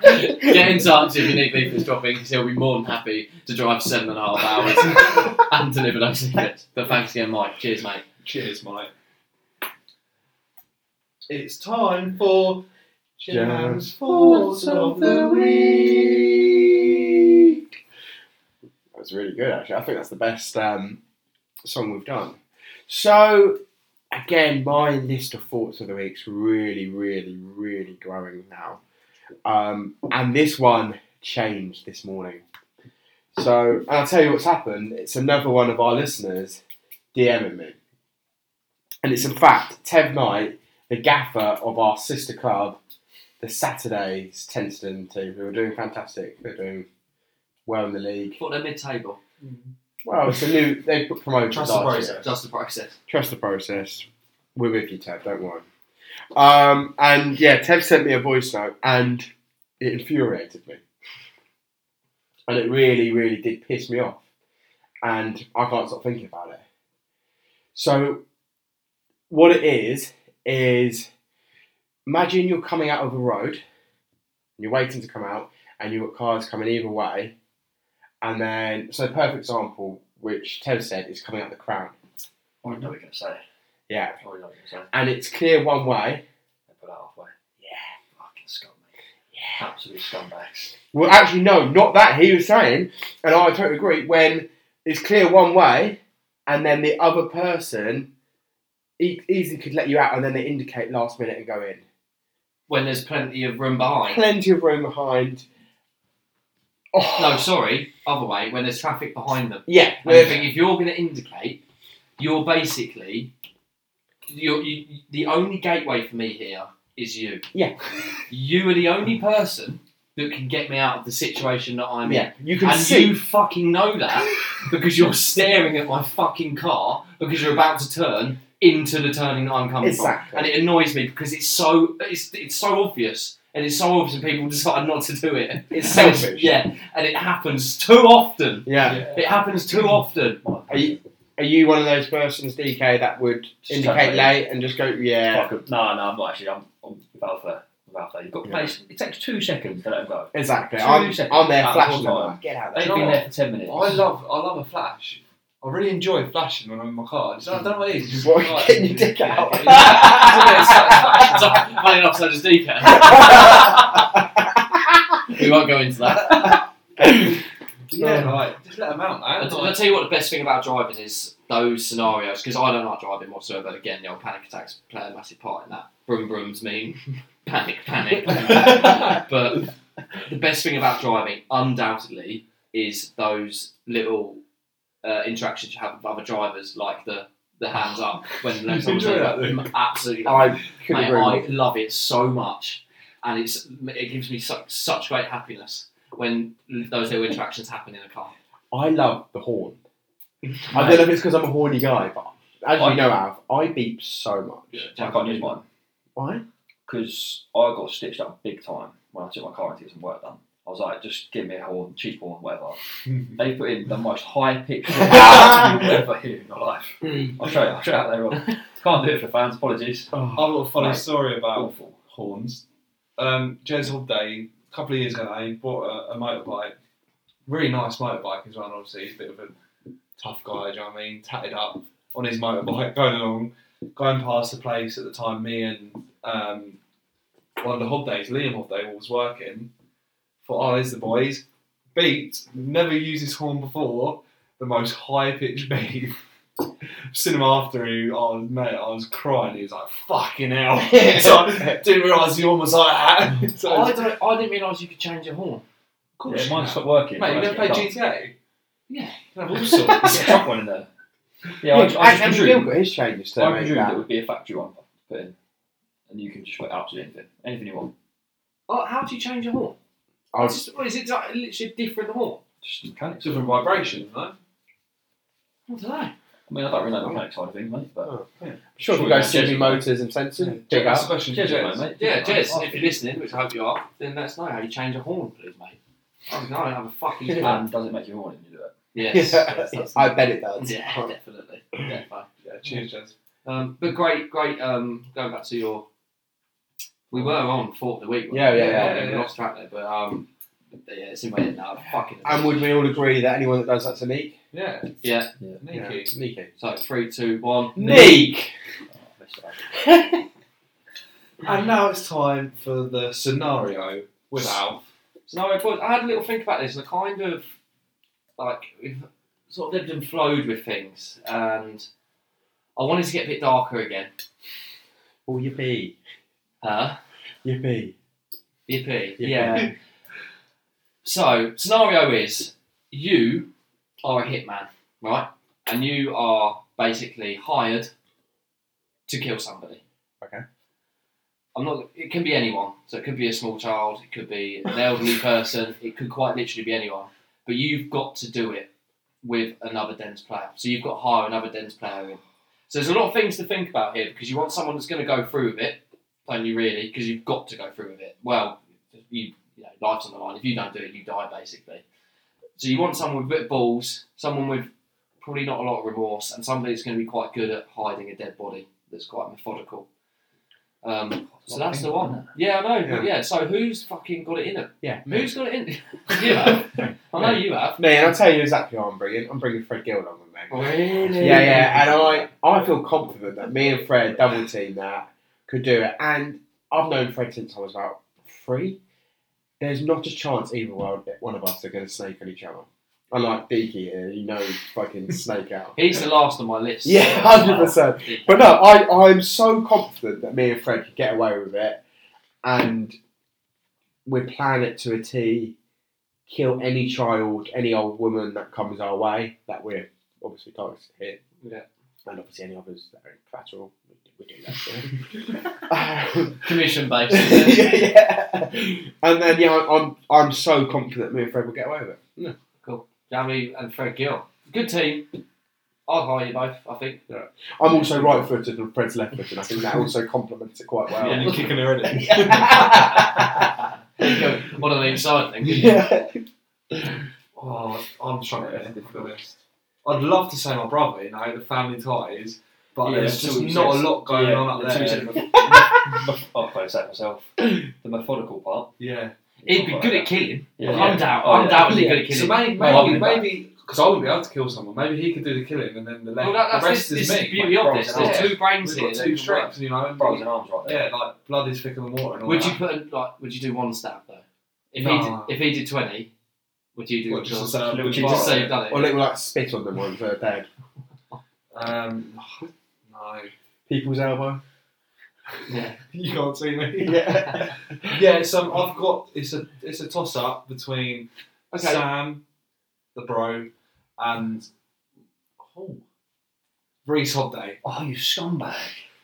Speaker 3: get in touch if you need leaflets dropping, because he'll be more than happy to drive seven and a half hours and deliver those leaflets. But thanks again, Mike. Cheers, mate.
Speaker 4: Cheers, mate. It's time for Jam's Thoughts of the Week.
Speaker 2: That was really good, actually. I think that's the best um, song we've done. So, again, my list of thoughts of the week's really, really, really growing now. Um, and this one changed this morning. So, and I'll tell you what's happened. It's another one of our listeners DMing me. And it's in fact Tev Knight, the gaffer of our sister club, the Saturdays Tenston team, who are doing fantastic. They're doing well in the league.
Speaker 3: But they're mid-table.
Speaker 2: Well, it's a new. They put promoted
Speaker 4: Trust the
Speaker 2: last
Speaker 4: process.
Speaker 2: year.
Speaker 3: Just the process.
Speaker 2: Trust the process. We're with you, Ted. Don't worry. Um, and yeah, Ted sent me a voice note, and it infuriated me, and it really, really did piss me off, and I can't stop thinking about it. So, what it is is, imagine you're coming out of a road, you're waiting to come out, and you've got cars coming either way, and then so perfect example, which Ted said is coming out the crown.
Speaker 5: I know what you're going to say.
Speaker 2: Yeah,
Speaker 5: I know what you're going to say.
Speaker 2: and it's clear one way.
Speaker 5: They put that halfway. Yeah. Fucking scum, mate. Yeah. Absolute scumbags.
Speaker 2: Well, actually, no, not that. He was saying, and I totally agree, when it's clear one way, and then the other person e- easily could let you out, and then they indicate last minute and go in.
Speaker 3: When there's plenty of room behind.
Speaker 2: Plenty of room behind. Oh,
Speaker 3: No, sorry, other way. When there's traffic behind them.
Speaker 2: Yeah.
Speaker 3: And you think if you're going to indicate, you're basically you're, you, the only gateway for me here is you.
Speaker 2: Yeah.
Speaker 3: You are the only person that can get me out of the situation that I'm in.
Speaker 2: yeah. You can
Speaker 3: and
Speaker 2: see.
Speaker 3: you fucking know that because you're staring at my fucking car because you're about to turn into the turning that I'm coming from.
Speaker 2: Exactly.
Speaker 3: And it annoys me because it's so it's, it's so obvious. And it's so obvious that people decide not to do it.
Speaker 2: It's selfish.
Speaker 3: yeah. And it happens too often.
Speaker 2: yeah.
Speaker 3: It happens too often.
Speaker 2: Are you, are you one of those persons, DK, that would
Speaker 5: Just
Speaker 2: indicate
Speaker 5: totally.
Speaker 2: late and just go, yeah?
Speaker 5: Fuck 'em. no, no, I'm not actually. I'm, I'm with Alpha. With Alpha. You've got to place. It takes two seconds to let them go.
Speaker 2: Exactly.
Speaker 5: Two
Speaker 2: I'm,
Speaker 5: seconds.
Speaker 2: I'm there
Speaker 5: Out of
Speaker 2: flashing.
Speaker 5: all
Speaker 2: them,
Speaker 5: time.
Speaker 2: like, Get out
Speaker 5: They've
Speaker 4: You know
Speaker 5: been
Speaker 4: what?
Speaker 5: there for ten minutes.
Speaker 4: I love I love a flash. I really enjoy flashing when I'm in my car. It's- I don't know what it is. It's
Speaker 2: Well,
Speaker 4: like-
Speaker 2: get your dick out.
Speaker 3: Funny enough, so does DK. we won't go into that.
Speaker 4: Yeah, like just let them out, man.
Speaker 3: I'll t- I'll tell you what the best thing about driving is those scenarios, because I don't like driving whatsoever. Again, the old panic attacks play a massive part in that. Broom brooms mean panic, panic. but the best thing about driving, undoubtedly, is those little uh, interactions you have with other drivers, like the, the hands up when
Speaker 4: You
Speaker 3: someone's
Speaker 4: enjoy
Speaker 3: over.
Speaker 4: that,
Speaker 3: Absolutely.
Speaker 2: I could
Speaker 3: Mate,
Speaker 2: agree.
Speaker 3: I
Speaker 2: more.
Speaker 3: love it so much, and it's it gives me such such great happiness when those little interactions happen in a car.
Speaker 2: I love the horn. I don't know if it's because I'm a horny guy, but as you
Speaker 5: I-
Speaker 2: know, Alf, I beep so much.
Speaker 5: I can't use mine
Speaker 2: Why?
Speaker 5: because I got stitched up big time when I took my car into some work done. I was like, just give me a horn, cheap horn, whatever. they put in the most high pitched horn you'll ever hear in your life. I'll show you. I'll show you how they roll. Can't do it for fans. Apologies.
Speaker 2: Oh.
Speaker 4: I've got a funny
Speaker 5: Right.
Speaker 4: story about
Speaker 5: Awful.
Speaker 4: horns. Um, Jez Hobday, a couple of years ago, now, he bought a, a motorbike. Really nice motorbike as well, and obviously. He's a bit of a tough guy, do you know what I mean? Tatted up on his motorbike, going along, going past the place at the time me and um, one of the Hobdays, Liam Hobday, was working. Thought, oh, there's the boys. Beat, never used his horn before, the most high pitched beat. Seen him after, he, oh, mate, I was crying. He was like, fucking hell. so I didn't realise the horn was like that. so,
Speaker 3: I
Speaker 4: of
Speaker 3: don't. I didn't realise you could change your horn.
Speaker 5: Yeah,
Speaker 4: course you
Speaker 5: mine
Speaker 4: can.
Speaker 5: stopped working.
Speaker 4: Mate, you
Speaker 5: Mine
Speaker 4: never played
Speaker 5: stopped.
Speaker 4: GTA?
Speaker 3: Yeah.
Speaker 4: You can have all sorts.
Speaker 5: Yeah, chuck one in there. Yeah, I,
Speaker 2: Yeah,
Speaker 5: just- I just
Speaker 2: Andy
Speaker 5: presumed-
Speaker 2: Gill got his changes to
Speaker 5: I
Speaker 2: make
Speaker 5: presumed it
Speaker 2: that.
Speaker 5: would be a factory one put in, and you can just put absolutely anything, anything you want.
Speaker 3: Oh, how do you change your horn?
Speaker 2: I
Speaker 3: It's just- is it like, literally a different horn?
Speaker 5: Just the mechanics.
Speaker 4: Different vibration, no?
Speaker 3: I don't know.
Speaker 5: I mean, I don't really know the mechanics side of things, mate. But
Speaker 2: sure, if you
Speaker 5: Sure,
Speaker 2: go
Speaker 5: yeah,
Speaker 2: CV
Speaker 5: Jez-
Speaker 2: Motors and Sensor, dig
Speaker 4: That's the
Speaker 2: up.
Speaker 4: question.
Speaker 5: Cheers,
Speaker 4: Jez.
Speaker 5: mate.
Speaker 3: Yeah, Jez, if
Speaker 5: Ask
Speaker 3: you're
Speaker 5: it.
Speaker 3: listening, which I hope you are, then let us know how you change a horn, please, mate. I don't know, I have a fucking plan.
Speaker 5: And does it make you horny? when You do it.
Speaker 3: Yes. yes, that's-
Speaker 2: I bet it does.
Speaker 3: yeah, definitely. Definitely.
Speaker 4: Yeah, cheers, Jez.
Speaker 3: Um, but great, great. Um, going back to your, we were on thought of the week. weren't
Speaker 2: Yeah,
Speaker 3: we?
Speaker 2: yeah,
Speaker 4: yeah,
Speaker 3: we
Speaker 4: yeah.
Speaker 3: Lost track there, but um, but yeah, it's in my head now. Fucking.
Speaker 2: And would we all agree that anyone that does that's a neek?
Speaker 4: Yeah.
Speaker 3: Yeah.
Speaker 4: Nikki.
Speaker 2: Yeah, Neeky.
Speaker 3: So three, two, one.
Speaker 2: Neek!
Speaker 5: Oh, that's all right.
Speaker 4: And now it's time for the scenario with Alf.
Speaker 3: So no, it was. I had a little think about this, and I kind of like we've sort of lived and flowed with things, and I wanted to get a bit darker again.
Speaker 2: Oh, yippee.
Speaker 3: Huh?
Speaker 2: Yippee.
Speaker 3: Yippee!
Speaker 2: Yeah.
Speaker 3: Yeah. so scenario is you are a hitman, right? And you are basically hired to kill somebody.
Speaker 2: Okay.
Speaker 3: I'm not. It can be anyone. So it could be a small child. It could be an elderly person. It could quite literally be anyone. But you've got to do it with another dense player. So you've got to hire another dense player in. So there's a lot of things to think about here because you want someone that's going to go through with it. Only really because you've got to go through with it. Well, you, you know, life's on the line. If you don't do it, you die basically. So you want someone with a bit of balls, someone with probably not a lot of remorse, and somebody that's going to be quite good at hiding a dead body. That's quite methodical. Um, so that's the one. Yeah, I know. but Yeah. So who's fucking got it in it?
Speaker 2: Yeah,
Speaker 3: Who's got it in? you have. I know you have.
Speaker 2: Me, and I'll tell you exactly who I'm bringing. I'm bringing Fred Gill on with me.
Speaker 3: Really?
Speaker 2: Oh, Yeah, yeah, and I, I feel confident that me and Fred double team that could do it. And I've known Fred since I was about three. There's not a chance either one one of us are going to snake on each other. Unlike Deaky here, you know, fucking snake out.
Speaker 3: He's the last on my list. Uh,
Speaker 2: Yeah, hundred percent. But no, I, I'm so confident that me and Fred could get away with it, and we plan it to a T. Kill any child, any old woman that comes our way that we're obviously targets to hit.
Speaker 3: Yeah.
Speaker 2: and obviously any others that are in collateral, we do, we do that. too. Um,
Speaker 3: Commission uh, based.
Speaker 2: yeah, yeah. And then yeah, I'm I'm, I'm so confident me and Fred will get away with it. No.
Speaker 3: Jamie and Fred Gill. Good team. I'll hire you both. I think.
Speaker 2: I'm also right footed and Fred's left footed. I think that also complements it quite well.
Speaker 4: Yeah, you're kicking her in it.
Speaker 3: One on each side. Then. couldn't you?
Speaker 2: yeah.
Speaker 4: Oh, I'm struggling to be honest. I'd love to say my brother, you know, the family ties, but
Speaker 5: Yeah,
Speaker 4: there's just
Speaker 5: two
Speaker 4: not a
Speaker 5: sets.
Speaker 4: lot going
Speaker 5: Yeah,
Speaker 4: on up
Speaker 5: the two
Speaker 4: there.
Speaker 5: sets. I'll probably say it oh, myself. The methodical part.
Speaker 4: Yeah.
Speaker 3: He'd be good at killing.
Speaker 5: Yeah.
Speaker 3: Undoubt-
Speaker 5: Oh, yeah.
Speaker 3: undoubtedly good at
Speaker 4: So
Speaker 3: killing.
Speaker 4: maybe,
Speaker 5: Well, I'll
Speaker 4: maybe,
Speaker 5: be back.
Speaker 4: maybe, because I wouldn't be able to kill someone. Maybe he could do the killing, and then the, left,
Speaker 3: well, that, that's
Speaker 4: the rest
Speaker 3: this,
Speaker 4: is
Speaker 3: this
Speaker 4: me.
Speaker 3: the beauty of
Speaker 5: Bro,
Speaker 3: this.
Speaker 4: yeah.
Speaker 3: There's two brains
Speaker 4: We've
Speaker 3: here.
Speaker 4: got
Speaker 3: that
Speaker 4: two
Speaker 3: can work.
Speaker 4: strengths, you know. And
Speaker 5: Bros and arms right there.
Speaker 4: yeah, like blood is thicker than water. And all
Speaker 3: Would
Speaker 4: that.
Speaker 3: you put a, like? Would you do one stab though? If
Speaker 4: No.
Speaker 3: he did, if he did twenty, would you do?
Speaker 4: What, just to
Speaker 3: yours?
Speaker 4: say I'm
Speaker 3: would you
Speaker 4: doing
Speaker 3: just
Speaker 4: it?
Speaker 3: say you've done it?
Speaker 2: Or it will like spit on them once they're dead.
Speaker 4: Um, no,
Speaker 2: People's elbow.
Speaker 3: yeah.
Speaker 4: you can't see me.
Speaker 2: Yeah.
Speaker 4: yeah, so I've got it's a it's a toss up between
Speaker 3: Okay.
Speaker 4: Sam, the bro, and oh, Reese Hobday.
Speaker 5: Oh, you scumbag.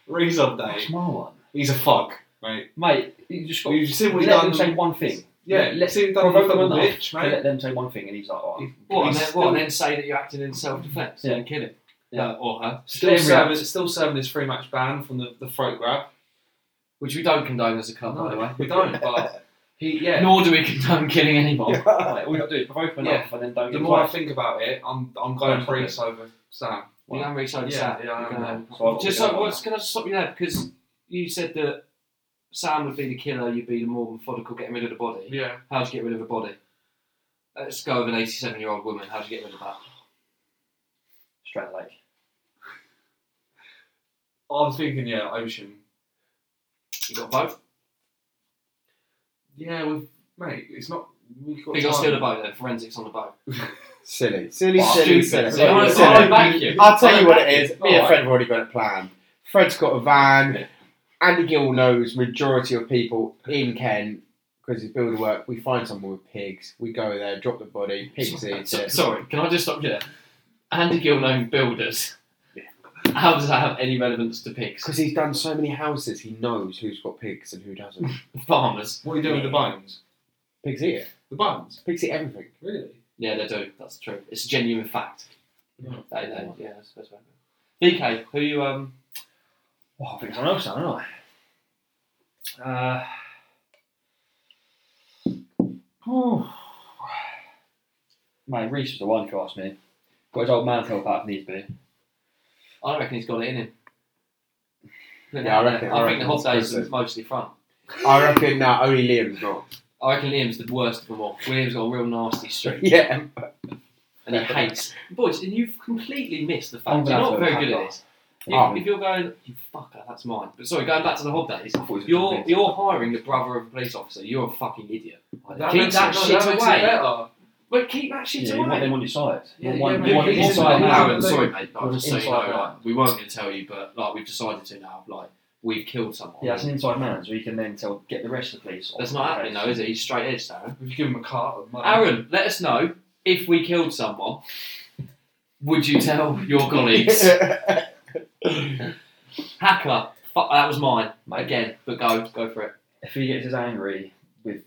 Speaker 4: Reese
Speaker 5: That's
Speaker 4: Hobday.
Speaker 5: my one.
Speaker 4: He's a fuck, mate.
Speaker 5: Mate, you just got
Speaker 4: You've seen what he's
Speaker 5: let them
Speaker 4: done.
Speaker 5: say one thing.
Speaker 4: Yeah,
Speaker 5: Let-
Speaker 4: see what he's done with
Speaker 5: provoke
Speaker 4: the
Speaker 5: them enough
Speaker 4: bitch,
Speaker 5: to
Speaker 4: mate.
Speaker 5: Let them say one thing and he's like, oh,
Speaker 3: What, and
Speaker 4: He's
Speaker 3: then, what,
Speaker 4: still-
Speaker 3: and then say that you're acting in self defence
Speaker 5: Yeah.
Speaker 3: and kill him
Speaker 5: Yeah.
Speaker 3: Uh, or her,
Speaker 4: Still
Speaker 5: Let him
Speaker 4: serving,
Speaker 5: react.
Speaker 4: still serving his free match ban from the, the throat grab.
Speaker 3: which we don't condone as a club, by the way.
Speaker 4: No, we don't. But he, yeah.
Speaker 3: Nor do we condone killing anyone.
Speaker 5: mate, all you got to do is provoke them enough and then don't
Speaker 4: The
Speaker 5: get
Speaker 4: more I
Speaker 5: more.
Speaker 4: think about it, I'm I'm going
Speaker 5: Right.
Speaker 4: Reese over Sam.
Speaker 3: You know, Reece, I just
Speaker 4: Yeah,
Speaker 3: said-
Speaker 4: yeah, I
Speaker 3: Okay.
Speaker 4: know.
Speaker 5: So I've got
Speaker 3: Um, Just
Speaker 5: to go
Speaker 3: so,
Speaker 5: on
Speaker 3: what's, can I just stop you there because you said that Sam would be the killer, you'd be the more methodical getting rid of the body.
Speaker 4: Yeah.
Speaker 3: How'd you get rid of a body? Let's go with an 87 year old woman. How'd you get rid of that?
Speaker 5: Straight to the lake.
Speaker 4: I'm thinking, yeah, ocean.
Speaker 3: You got both?
Speaker 4: Yeah, with mate, it's not. We got
Speaker 3: You got
Speaker 4: time.
Speaker 3: still the boat then, forensics on the boat.
Speaker 2: Silly. Silly,
Speaker 3: Well,
Speaker 2: silly, silly.
Speaker 3: stupid. So I-
Speaker 2: silly.
Speaker 3: I back you.
Speaker 2: I'll tell you what it is. Me and
Speaker 4: Alright.
Speaker 2: Fred have already got it planned. Fred's got a van.
Speaker 4: Yeah.
Speaker 2: Andy Gill knows majority of people in Kent because he's builder work. We find someone with pigs. We go there, drop the body, pigs eat
Speaker 3: So-
Speaker 2: it.
Speaker 3: sorry, can I just stop you there? Andy Gill known builders. How does that have any relevance to pigs?
Speaker 2: Because he's done so many houses, he knows who's got pigs and who doesn't.
Speaker 3: Farmers.
Speaker 4: What are you doing with the bones?
Speaker 2: pigs eat it.
Speaker 4: The bones,
Speaker 2: Pigs eat everything.
Speaker 4: really?
Speaker 3: Yeah, they do. That's true. It's a genuine fact.
Speaker 4: Yeah.
Speaker 3: They, they, yeah, that's the best way. DK, who you um?
Speaker 5: Well, Oh, I think someone else, don't I? Uh, oh. Mate, Reese was the one who asked me. Got his old man to help out if needs be.
Speaker 3: I reckon he's got it in him.
Speaker 2: Yeah, I reckon-
Speaker 3: I,
Speaker 2: I
Speaker 3: think the
Speaker 2: reckon
Speaker 3: hot
Speaker 2: it's
Speaker 3: days
Speaker 2: good.
Speaker 3: is mostly front.
Speaker 2: I reckon that only Liam's not.
Speaker 3: I reckon Liam's the worst of them all. Liam's got a real nasty streak,
Speaker 2: Yeah.
Speaker 3: and he hates boys. And you've completely missed the
Speaker 5: I'm
Speaker 3: fact. You're
Speaker 5: gonna have
Speaker 3: not
Speaker 5: to
Speaker 3: very
Speaker 5: look
Speaker 3: good
Speaker 5: at
Speaker 3: at this. If,
Speaker 2: Oh.
Speaker 3: if you're going, you fucker, that's mine. But sorry, going back to the hob days,
Speaker 5: I thought he was a
Speaker 3: you're
Speaker 5: convinced.
Speaker 3: you're hiring the brother of a police officer. You're a fucking idiot.
Speaker 4: That
Speaker 3: keep
Speaker 4: makes
Speaker 3: that
Speaker 4: it,
Speaker 3: shit
Speaker 4: that makes
Speaker 3: away.
Speaker 4: It better.
Speaker 3: But keep that shit
Speaker 5: Yeah, you want
Speaker 3: away.
Speaker 5: them on your side. You
Speaker 4: Yeah,
Speaker 5: want one,
Speaker 4: yeah,
Speaker 5: you want
Speaker 4: but
Speaker 5: an
Speaker 4: he's
Speaker 5: inside
Speaker 4: not
Speaker 5: man.
Speaker 4: allowed.
Speaker 3: Aaron, sorry, mate. Like,
Speaker 5: Well,
Speaker 3: just so you know,
Speaker 5: inside out.
Speaker 3: like, we weren't going to tell you, but like we've decided to now. Like we've killed someone.
Speaker 5: Yeah, it's an inside man, so you can then tell get the rest of the police. off
Speaker 3: That's
Speaker 5: the
Speaker 3: not
Speaker 5: case.
Speaker 3: happening though, is it? He's straight edge, Aaron.
Speaker 4: If you give him a cart of money,
Speaker 3: Aaron, let us know if we killed someone. Would you tell your colleagues? Hacker, Fuck, that was mine
Speaker 5: Mate.
Speaker 3: again. But go, go for it.
Speaker 5: If he gets as angry with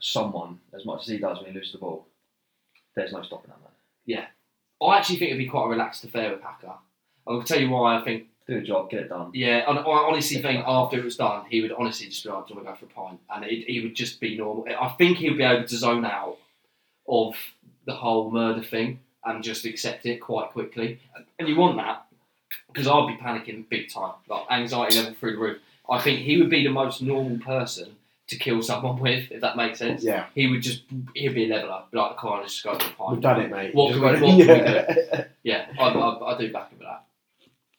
Speaker 5: someone as much as he does when he loses the ball, there's no stopping that man.
Speaker 3: I actually think it'd be quite a relaxed affair with Packer. I'll tell you why. I think,
Speaker 5: Do the job, get it done.
Speaker 3: yeah, and I honestly think after it was done, he would honestly just be like, "Do you want to go for a pint?" And it, he would just be normal. I think he'd be able to zone out of the whole murder thing and just accept it quite quickly. And you want that because I'd be panicking big time, like anxiety level through the roof. I think he would be the most normal person to kill someone with, if that makes sense.
Speaker 2: Yeah.
Speaker 3: He would just he'd be a leveler, be like, "Come on, let's just go for a pint."
Speaker 2: We've done it, mate.
Speaker 3: What
Speaker 2: Just
Speaker 3: can we-
Speaker 2: got it.
Speaker 3: what can we
Speaker 2: Yeah.
Speaker 3: Yeah, I, I, I do back him with that.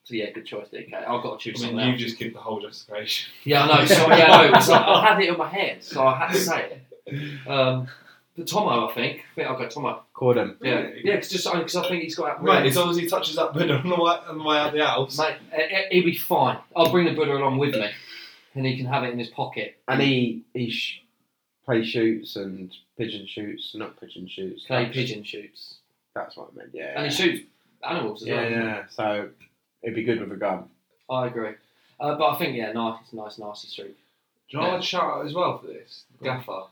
Speaker 3: So yeah, good choice, DK. I've got to choose
Speaker 4: I
Speaker 3: something
Speaker 4: mean, you
Speaker 3: else.
Speaker 4: just give the whole justification.
Speaker 3: Yeah, I know. So, yeah, I know. So I had it in my head, so I had to say it. Um, but Tomo, I think. I think I'll go Tomo.
Speaker 2: Corden.
Speaker 3: Yeah,
Speaker 4: Really?
Speaker 3: yeah, cause just because I think he's got that.
Speaker 4: Mate, as long as he touches that Buddha on the way, on the way out the house.
Speaker 3: Mate, eh, eh, he'll be fine. I'll bring the Buddha along with me, and he can have it in his pocket.
Speaker 2: And he he sh- play shoots and pigeon shoots, not pigeon shoots.
Speaker 3: Clay
Speaker 2: that's-
Speaker 3: pigeon shoots,
Speaker 2: That's what I meant. Yeah.
Speaker 3: and he shoots animals as
Speaker 2: yeah,
Speaker 3: well.
Speaker 2: yeah. So it'd be good with a gun.
Speaker 3: I agree. Uh, but I think yeah, nice, it's a nice, nasty streak.
Speaker 4: Do you want to shout out as well for this? Gaffer.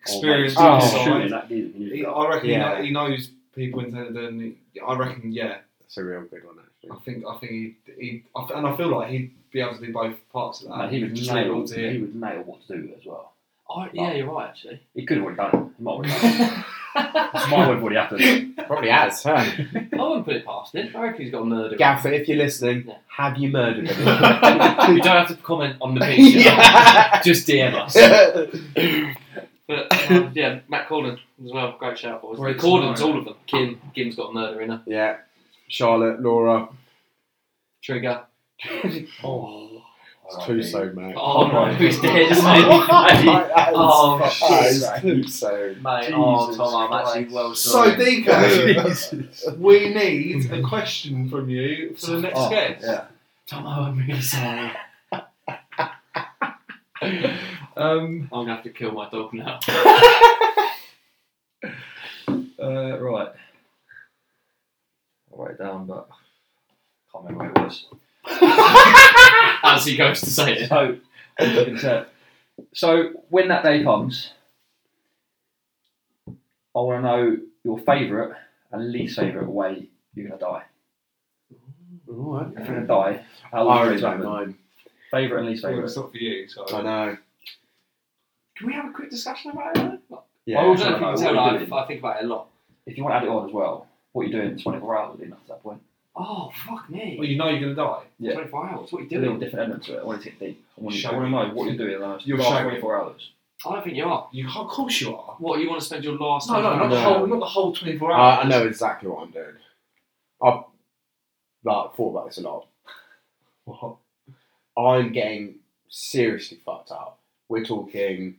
Speaker 5: Experienced
Speaker 4: Experienced
Speaker 2: Oh,
Speaker 5: Just
Speaker 4: inside.
Speaker 5: shooting that dude.
Speaker 4: He- I reckon he,
Speaker 2: Yeah.
Speaker 4: kno- he knows people in Tenderden. I reckon, yeah.
Speaker 2: That's a real good one, actually.
Speaker 4: I think I think he, he I f and I feel like he'd be able to do both parts
Speaker 3: Ah,
Speaker 4: of that.
Speaker 5: Mate, he would
Speaker 4: just leave it
Speaker 5: nail.
Speaker 4: all to
Speaker 5: He
Speaker 4: him.
Speaker 5: would nail what to do as well.
Speaker 3: Oh, yeah, you're right actually.
Speaker 5: He could have already done it. He might have already done it. It might have already happened.
Speaker 2: Probably has, huh?
Speaker 3: I wouldn't put it past him. I reckon he's got a murder.
Speaker 2: Gaffer, if you're listening,
Speaker 3: Yeah.
Speaker 2: have you murdered him?
Speaker 3: you don't have to comment on the picture.
Speaker 2: Yeah.
Speaker 3: Just DM us. But um, yeah, Matt Corden as well. Great shout, boys.
Speaker 4: Great
Speaker 3: Corden's
Speaker 4: scenario.
Speaker 3: all of them. Kim, Kim's got murder in her.
Speaker 2: yeah. Charlotte, Laura,
Speaker 3: Trigger.
Speaker 2: it's Tuso, mate.
Speaker 3: Oh, no, who's dead? Isn't it? Oh,
Speaker 2: oh,
Speaker 3: shit.
Speaker 2: Tuso.
Speaker 3: Mate, oh
Speaker 5: Jesus
Speaker 3: Tom, I'm actually well
Speaker 4: So,
Speaker 3: sorry.
Speaker 4: Deco, we need a question from you for the next
Speaker 5: Oh,
Speaker 4: guest.
Speaker 5: yeah.
Speaker 3: Tom, I'm really sorry.
Speaker 4: Um,
Speaker 3: I'm gonna have to kill my dog now.
Speaker 5: Uh, right. I'll write it down, but I can't remember where it was.
Speaker 3: As he goes to say it.
Speaker 5: So, so- so when that day comes, I want to know your favourite and least favourite way you're going to die.
Speaker 2: Alright.
Speaker 5: If you're going to die,
Speaker 2: I
Speaker 5: how would
Speaker 2: already
Speaker 5: you
Speaker 2: don't
Speaker 5: do it?
Speaker 2: mind.
Speaker 5: Favourite and least
Speaker 4: well,
Speaker 5: favourite.
Speaker 4: it's not for you, so
Speaker 2: I know.
Speaker 3: Can we have a quick discussion about it? though?
Speaker 2: Yeah.
Speaker 3: I don't know if
Speaker 5: What
Speaker 3: you can
Speaker 5: are
Speaker 3: tell.
Speaker 5: we
Speaker 3: like,
Speaker 5: doing?
Speaker 3: I think about it a lot.
Speaker 5: If you want to add it on as well, what are you doing 24 hours leading up to that point?
Speaker 3: Oh fuck me!
Speaker 4: well, you know you're going to die.
Speaker 5: yeah.
Speaker 3: 24 hours. What are you
Speaker 5: There's a little
Speaker 3: doing?
Speaker 5: different element to it. I want to get deep. I want to,
Speaker 4: Show
Speaker 5: I want to
Speaker 4: me.
Speaker 5: know what you're doing in the last
Speaker 4: You'll
Speaker 5: last
Speaker 4: show me.
Speaker 5: 24 hours.
Speaker 3: I don't think you are.
Speaker 4: You, of course you are.
Speaker 3: What you want to spend your last?
Speaker 4: No, no, not, The,
Speaker 2: No. Uh,
Speaker 4: whole, not the whole 24 hours.
Speaker 2: I, I know exactly what I'm doing. I've like thought about this a lot.
Speaker 4: What?
Speaker 2: I'm getting seriously fucked up. We're talking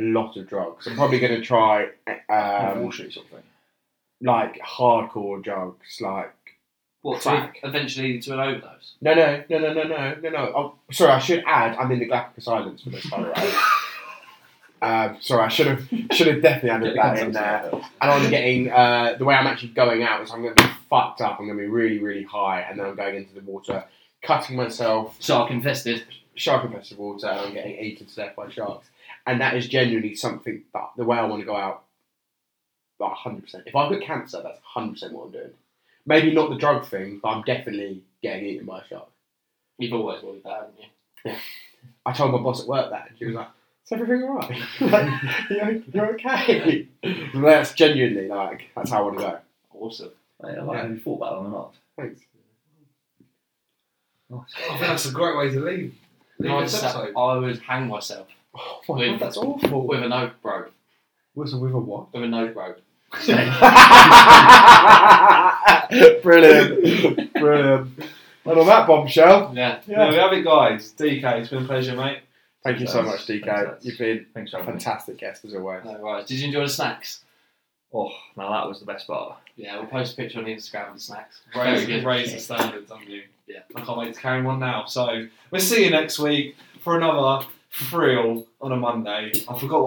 Speaker 2: a lot of drugs. I'm probably going to try
Speaker 5: Um,
Speaker 2: um,
Speaker 5: Wall Street sort of thing.
Speaker 2: like hardcore drugs, like
Speaker 3: What to
Speaker 2: Crack.
Speaker 3: eventually to an overdose?
Speaker 2: No, no, no, no, no, no, no, no. Oh, sorry, I should add. I'm in the Galactica silence for this, by the way. Um, sorry, I should have should have definitely added that in there. And I'm getting uh, the way I'm actually going out is I'm going to be fucked up. I'm going to be really, really high, and then I'm going into the water, cutting myself,
Speaker 3: Shark infested.
Speaker 2: shark infested water, and I'm getting eaten to death by sharks. And that is genuinely something that the way I want to go out, like 100. percent If I've got cancer, that's 100 percent what I'm doing. Maybe not the drug thing, but I'm definitely getting eaten by a shark.
Speaker 3: You've always wanted that, haven't you?
Speaker 2: I told my boss at work that, and she was like, "Is everything all right? like, you're, you're okay?" that's genuinely like that's how I want to go.
Speaker 3: Awesome.
Speaker 5: Mate, I like,
Speaker 2: Yeah.
Speaker 5: Have you thought about that long enough?
Speaker 2: Thanks.
Speaker 5: Oh,
Speaker 4: I think that's a great way to leave. leave
Speaker 3: I,
Speaker 4: this
Speaker 3: sa-
Speaker 4: episode.
Speaker 3: I would hang myself
Speaker 2: Oh my
Speaker 3: Wait.
Speaker 2: god, that's awful.
Speaker 3: with a note rope.
Speaker 2: With a with a what?
Speaker 3: With a note rope.
Speaker 2: Brilliant, brilliant. And on that bombshell,
Speaker 3: Yeah.
Speaker 4: There we have it, guys. DK, it's been a pleasure, mate.
Speaker 2: thank you so much, DK.
Speaker 5: Thanks.
Speaker 2: You've been
Speaker 5: Thanks for
Speaker 2: a
Speaker 5: having me.
Speaker 2: fantastic guest as always.
Speaker 3: No worries. Did you enjoy the snacks?
Speaker 5: Oh, now that was the best part.
Speaker 3: Yeah, we'll post a picture on the Instagram of the snacks.
Speaker 4: raise,
Speaker 3: Very good.
Speaker 4: raise the standards, haven't you?
Speaker 3: Yeah.
Speaker 4: I can't wait to carry one now. So we'll see you next week for another thrill on a Monday. I forgot.